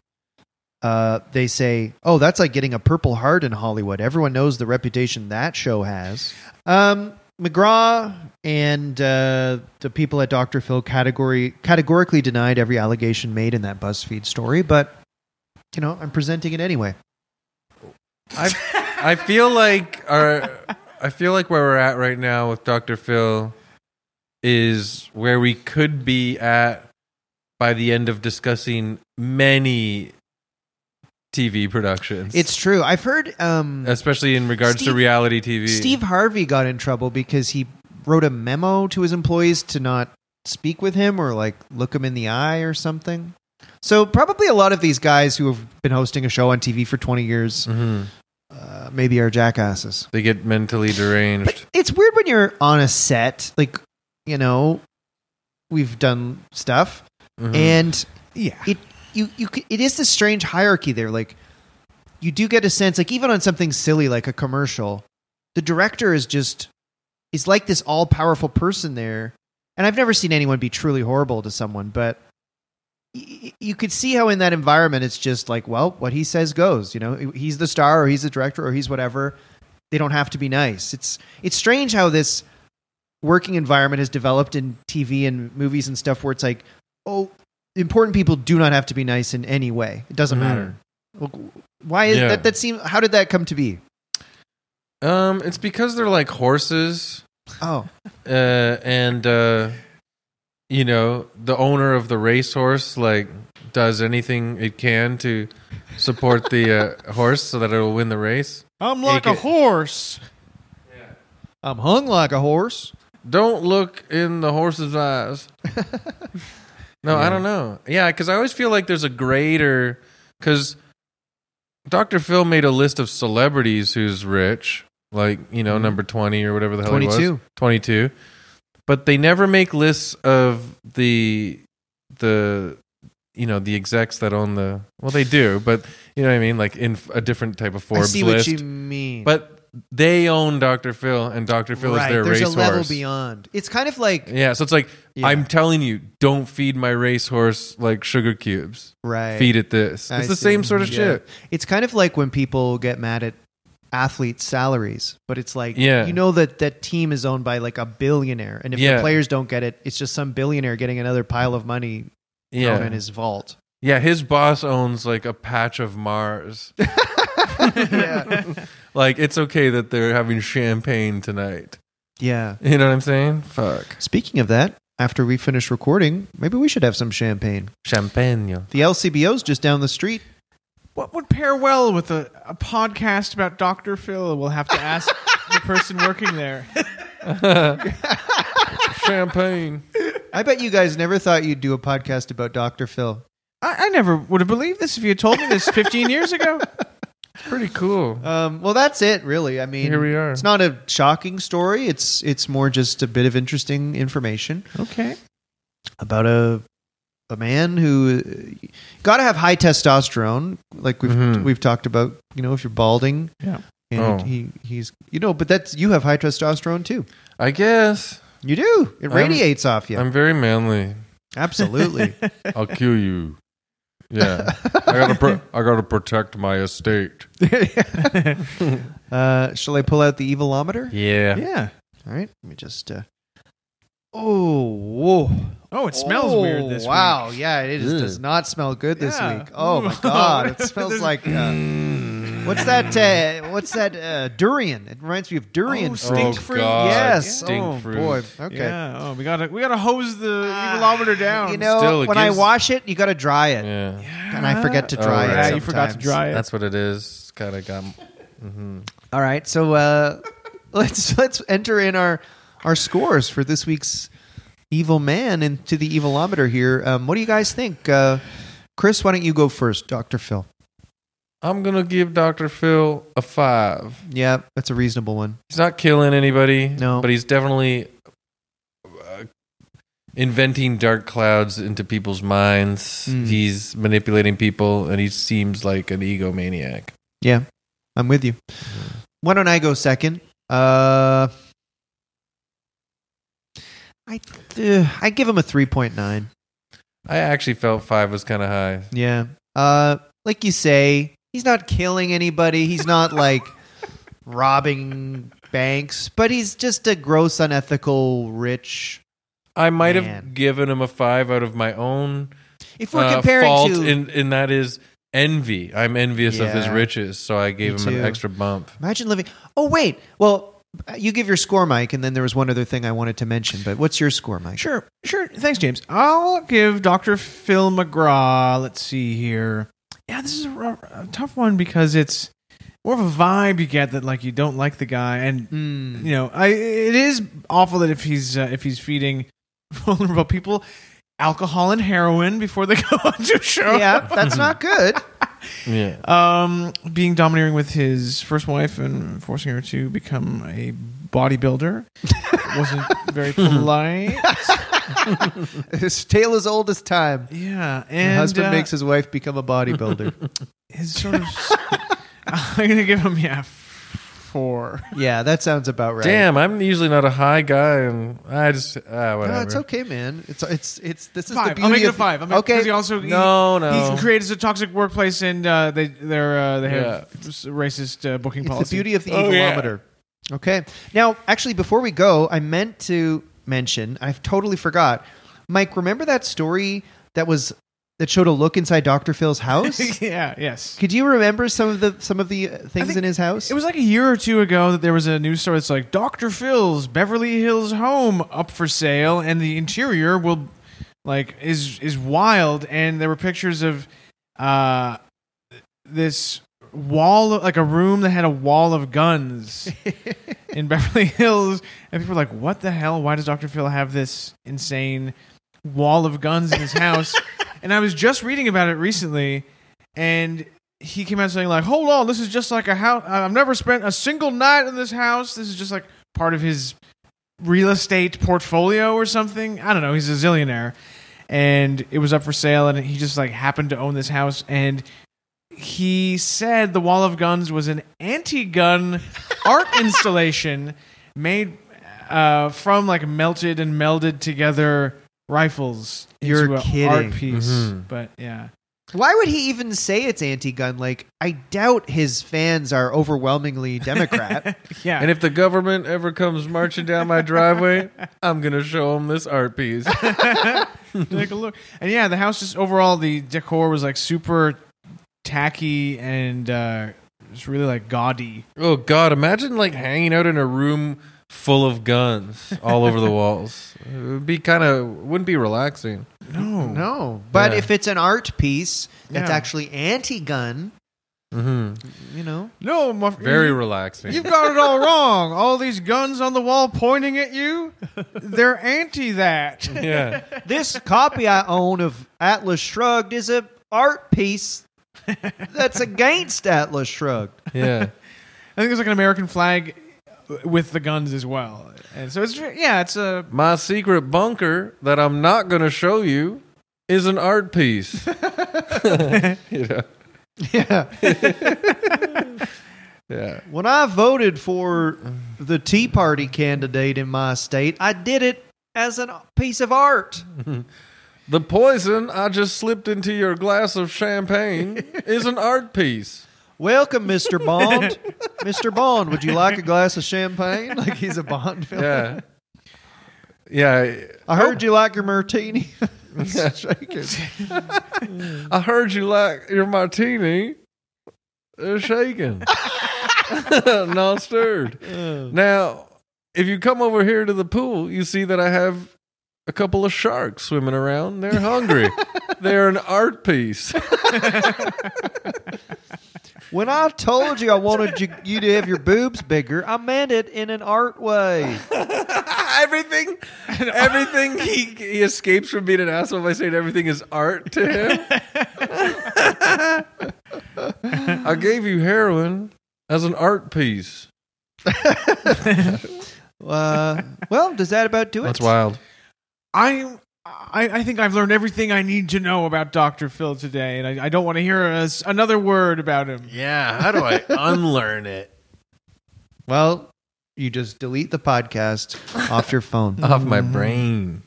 Speaker 3: uh, they say, "Oh, that's like getting a Purple Heart in Hollywood. Everyone knows the reputation that show has." Um, McGraw and uh, the people at Dr. Phil category categorically denied every allegation made in that BuzzFeed story, but you know, I'm presenting it anyway.
Speaker 1: I I feel like our I feel like where we're at right now with Dr. Phil is where we could be at by the end of discussing many TV productions.
Speaker 3: It's true. I've heard um,
Speaker 1: especially in regards to
Speaker 3: Steve-
Speaker 1: reality TV.
Speaker 3: Steve Harvey got in trouble because he wrote a memo to his employees to not speak with him or like look him in the eye or something. So probably a lot of these guys who have been hosting a show on TV for 20 years
Speaker 1: Mhm.
Speaker 3: uh, maybe are jackasses.
Speaker 1: they get mentally deranged.
Speaker 3: But it's weird when you're on a set like you know we've done stuff
Speaker 1: Mhm.
Speaker 3: and
Speaker 2: yeah,
Speaker 3: it you you c- it is this strange hierarchy there like you do get a sense like even on something silly like a commercial the director is just is like this all powerful person there and i've never seen anyone be truly horrible to someone but y- y- you could see how in that environment it's just like well what he says goes you know he's the star or he's the director or he's whatever they don't have to be nice it's it's strange how this working environment has developed in tv and movies and stuff where it's like oh important people do not have to be nice in any way it doesn't
Speaker 1: Mhm.
Speaker 3: matter Look, why is
Speaker 1: Yeah.
Speaker 3: that that seem how did that come to be
Speaker 1: um, it's because they're like horses.
Speaker 3: oh
Speaker 1: uh, and uh, you know the owner of the racehorse like does anything it can to support the uh, horse so that it will win the race.
Speaker 2: I'm like
Speaker 1: Take
Speaker 2: a
Speaker 1: it.
Speaker 2: horse.
Speaker 3: i'm hung like a horse
Speaker 1: Don't look in the horse's eyes. no, I don't know. Yeah, because I always feel like there's a greater because Dr. Phil made a list of celebrities who's rich, like you know number twenty or whatever the hell he was.
Speaker 3: 22
Speaker 1: 22 but they never make lists of the the you know the execs that own the well they do but you know what i mean like in a different type of
Speaker 3: i
Speaker 1: forbes
Speaker 3: see
Speaker 1: list
Speaker 3: what you mean
Speaker 1: but they own dr phil and dr phil is their
Speaker 3: there's
Speaker 1: racehorse
Speaker 3: a level beyond it's kind of like
Speaker 1: yeah so it's like
Speaker 3: Yeah.
Speaker 1: i'm telling you don't feed my racehorse like sugar cubes
Speaker 3: right
Speaker 1: feed it this
Speaker 3: I
Speaker 1: it's the
Speaker 3: see.
Speaker 1: same sort of
Speaker 3: Yeah.
Speaker 1: shit
Speaker 3: it's kind of like when people get mad at athletes salaries but it's like
Speaker 1: Yeah.
Speaker 3: you know that that team is owned by like a billionaire and if
Speaker 1: Yeah.
Speaker 3: the players don't get it it's just some billionaire getting another pile of money
Speaker 1: yeah
Speaker 3: out in his vault
Speaker 1: yeah his boss owns like a patch of mars
Speaker 3: yeah
Speaker 1: like it's okay that they're having champagne tonight
Speaker 3: yeah
Speaker 1: you know what i'm saying fuck
Speaker 3: speaking of that after we finish recording maybe we should have some champagne
Speaker 1: Champagne.
Speaker 3: the lcbo's just down the street
Speaker 2: What would pair well with a, a podcast about Dr. Phil? We'll have to ask the person working there.
Speaker 1: Champagne.
Speaker 3: I bet you guys never thought you'd do a podcast about Dr. Phil.
Speaker 2: I, I never would have believed this if you had told me this 15 years ago.
Speaker 1: Pretty cool.
Speaker 3: Um, well, that's it, really. I mean,
Speaker 1: Here we are.
Speaker 3: It's not a shocking story. It's it's more just a bit of interesting information
Speaker 2: Okay.
Speaker 3: about a a man who got to have high testosterone, like we've
Speaker 1: Mhm.
Speaker 3: we've talked about. You know, if you're balding,
Speaker 2: Yeah.
Speaker 3: and
Speaker 1: Oh.
Speaker 3: he he's you know, but that's you have high testosterone too.
Speaker 1: I guess
Speaker 3: You do. It
Speaker 1: I'm-
Speaker 3: radiates off you.
Speaker 1: I'm very manly.
Speaker 3: Absolutely.
Speaker 1: I'll kill you. Yeah, I gotta pro- I gotta protect my estate.
Speaker 3: uh, shall I pull out the evilometer?
Speaker 1: Yeah.
Speaker 2: Yeah.
Speaker 3: All right, let me just. Uh, oh, whoa.
Speaker 2: Oh, it smells
Speaker 3: Oh,
Speaker 2: weird this
Speaker 3: Wow, yeah, it is,
Speaker 1: Ugh.
Speaker 3: does not smell good this
Speaker 2: Yeah.
Speaker 3: week. Oh my god, it smells like uh,
Speaker 2: Mm.
Speaker 3: what's that? Uh, what's that? Uh, durian. It reminds me of durian.
Speaker 2: Oh,
Speaker 3: fruit.
Speaker 2: stink fruit.
Speaker 1: God,
Speaker 3: Yes.
Speaker 1: Stink
Speaker 3: oh
Speaker 1: fruit.
Speaker 3: boy. Okay.
Speaker 2: week. Yeah. Oh, we gotta we gotta hose the
Speaker 3: Ah,
Speaker 2: evilometer down.
Speaker 3: You know,
Speaker 1: Still, it
Speaker 3: when
Speaker 1: gives-
Speaker 3: I wash it, you got to dry it,
Speaker 1: Yeah.
Speaker 3: and I forget to
Speaker 1: Oh,
Speaker 3: dry it.
Speaker 2: Yeah, you forgot to
Speaker 3: sometimes.
Speaker 2: dry it.
Speaker 1: That's what it is. Kind of got.
Speaker 3: All right, so uh, let's let's enter in our our scores for this week's evil man into the evilometer here. Um, what do you guys think? Uh, Chris, why don't you go first, Doctor Phil?
Speaker 1: I'm gonna give Dr. Phil a five.
Speaker 3: Yeah, that's a reasonable one.
Speaker 1: He's not killing anybody.
Speaker 3: No.
Speaker 1: But he's definitely uh, inventing dark clouds into people's minds.
Speaker 3: Mm.
Speaker 1: He's manipulating people, and he seems like an egomaniac.
Speaker 3: Yeah, I'm with you. Why don't I go second? Uh, I uh, I give him a three point nine.
Speaker 1: I actually felt five was kind of high.
Speaker 3: Yeah. Uh, like you say, he's not killing anybody. He's not like robbing banks, but he's just a gross, unethical rich.
Speaker 1: I might
Speaker 3: Man.
Speaker 1: have given him a five out of my own
Speaker 3: If we're
Speaker 1: uh,
Speaker 3: comparing
Speaker 1: fault,
Speaker 3: to,
Speaker 1: and, and that is envy. I'm envious of his
Speaker 3: Yeah.
Speaker 1: riches, so I gave
Speaker 3: Me
Speaker 1: him
Speaker 3: too.
Speaker 1: an extra bump.
Speaker 3: imagine living. Oh wait, well, you give your score, Mike, and then there was one other thing I wanted to mention. But what's your score, Mike?
Speaker 2: Sure, sure. Thanks, James. I'll give Dr. Phil McGraw. Let's see here. Yeah, this is a, r- a tough one because it's more of a vibe you get that like you don't like the guy, and
Speaker 3: Mm.
Speaker 2: you know, I it is awful that if he's uh, if he's feeding vulnerable people alcohol and heroin before they go on to a show.
Speaker 3: Yeah, that's not good.
Speaker 1: Yeah.
Speaker 2: Um, being domineering with his first wife and forcing her to become a bodybuilder wasn't very polite.
Speaker 3: His tale is old as time.
Speaker 2: Yeah,
Speaker 3: The
Speaker 2: and
Speaker 3: husband
Speaker 2: uh,
Speaker 3: makes his wife become a bodybuilder.
Speaker 2: his sort of. I'm gonna give him yeah f- four.
Speaker 3: yeah, that sounds about right.
Speaker 1: Damn, I'm usually not a high guy, and I just ah, whatever.
Speaker 3: No, it's okay, man. It's it's it's this is the
Speaker 2: Five.
Speaker 3: beauty
Speaker 2: I'll make it a
Speaker 3: of-
Speaker 2: five. I'm
Speaker 3: okay,
Speaker 2: He also he-
Speaker 1: No,
Speaker 2: He,
Speaker 1: no.
Speaker 2: created a toxic workplace, and uh, they they're uh, they have s- racist uh, booking
Speaker 3: It's
Speaker 2: policy.
Speaker 3: the beauty of the
Speaker 1: Oh, yeah.
Speaker 3: evilometer. Okay. Now, actually, before we go, I meant to mention. I've totally forgot. Mike, remember that story that was that showed a look inside Doctor Phil's house?
Speaker 2: yeah. Yes.
Speaker 3: Could you remember some of the some of the uh, things
Speaker 2: think
Speaker 3: in his house?
Speaker 2: It was like a year or two ago that there was a news story that's like Dr. Phil's Beverly Hills home up for sale and the interior will like is is wild and there were pictures of uh this wall like a room that had a wall of guns in Beverly Hills and people were like what the hell why does Dr. Phil have this insane wall of guns in his house and I was just reading about it recently and he came out saying like, "Hold on, this is just like a house. I've never spent a single night in this house. This is just like part of his real estate portfolio or something. I don't know. He's a zillionaire, and it was up for sale, and he just like happened to own this house, and he said the wall of guns was an anti-gun art installation made uh, from like melted and melded together rifles
Speaker 3: You're
Speaker 2: into a
Speaker 3: kidding.
Speaker 2: art piece.
Speaker 1: Mhm.
Speaker 2: But yeah.
Speaker 3: Why would he even say it's anti-gun? Like, I doubt his fans are overwhelmingly Democrat.
Speaker 2: Yeah.
Speaker 1: And if the government ever comes marching down my driveway, I'm gonna show them this art piece.
Speaker 2: Take a look. And yeah, the house just overall the decor was like super tacky and uh just really like gaudy.
Speaker 1: oh God, imagine like hanging out in a room full of guns all over the walls. It would be kind of wouldn't be relaxing.
Speaker 2: No.
Speaker 3: no, but
Speaker 1: Yeah.
Speaker 3: if it's an art piece that's
Speaker 2: Yeah.
Speaker 3: actually anti-gun, You know,
Speaker 2: No, my friend.
Speaker 1: Mm-hmm. Very relaxing.
Speaker 2: You've got it all wrong. All these guns on the wall pointing at you, they're anti that.
Speaker 1: yeah.
Speaker 3: this copy I own of Atlas Shrugged is a art piece that's against Atlas Shrugged.
Speaker 1: Yeah.
Speaker 2: I think it's like an American flag with the guns as well. And so it's, yeah, it's a.
Speaker 1: My secret bunker that I'm not going to show you is an art piece. you know?
Speaker 3: Yeah.
Speaker 1: Yeah.
Speaker 3: When I voted for the Tea Party candidate in my state, I did it as a piece of art.
Speaker 1: The poison I just slipped into your glass of champagne is an art piece.
Speaker 3: Welcome, Mr. Bond. Mr. Bond, would you like a glass of champagne? Like he's a Bond villain.
Speaker 1: Yeah. Yeah.
Speaker 3: I heard you like your martini.
Speaker 1: I heard you like your martini uh, shaken, non stirred. Now, if you come over here to the pool, you see that I have a couple of sharks swimming around. They're hungry. They're an art piece.
Speaker 3: When I told you I wanted you, you to have your boobs bigger, I meant it in an art way.
Speaker 1: everything, everything he he escapes from being an asshole by saying everything is art to him. I gave you heroin as an art piece.
Speaker 3: Uh, well, does that about do it?
Speaker 1: That's wild.
Speaker 2: I, I, I think I've learned everything I need to know about Dr. Phil today, and I, I don't want to hear a, another word about him.
Speaker 4: Yeah, how do I unlearn it?
Speaker 3: Well, you just delete the podcast off your phone.
Speaker 1: off my brain.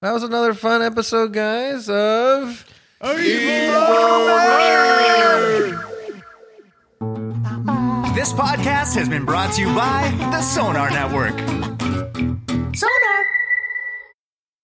Speaker 1: That was another fun episode, guys, of
Speaker 6: This podcast has been brought to you by the Sonar Network.
Speaker 7: Sonar.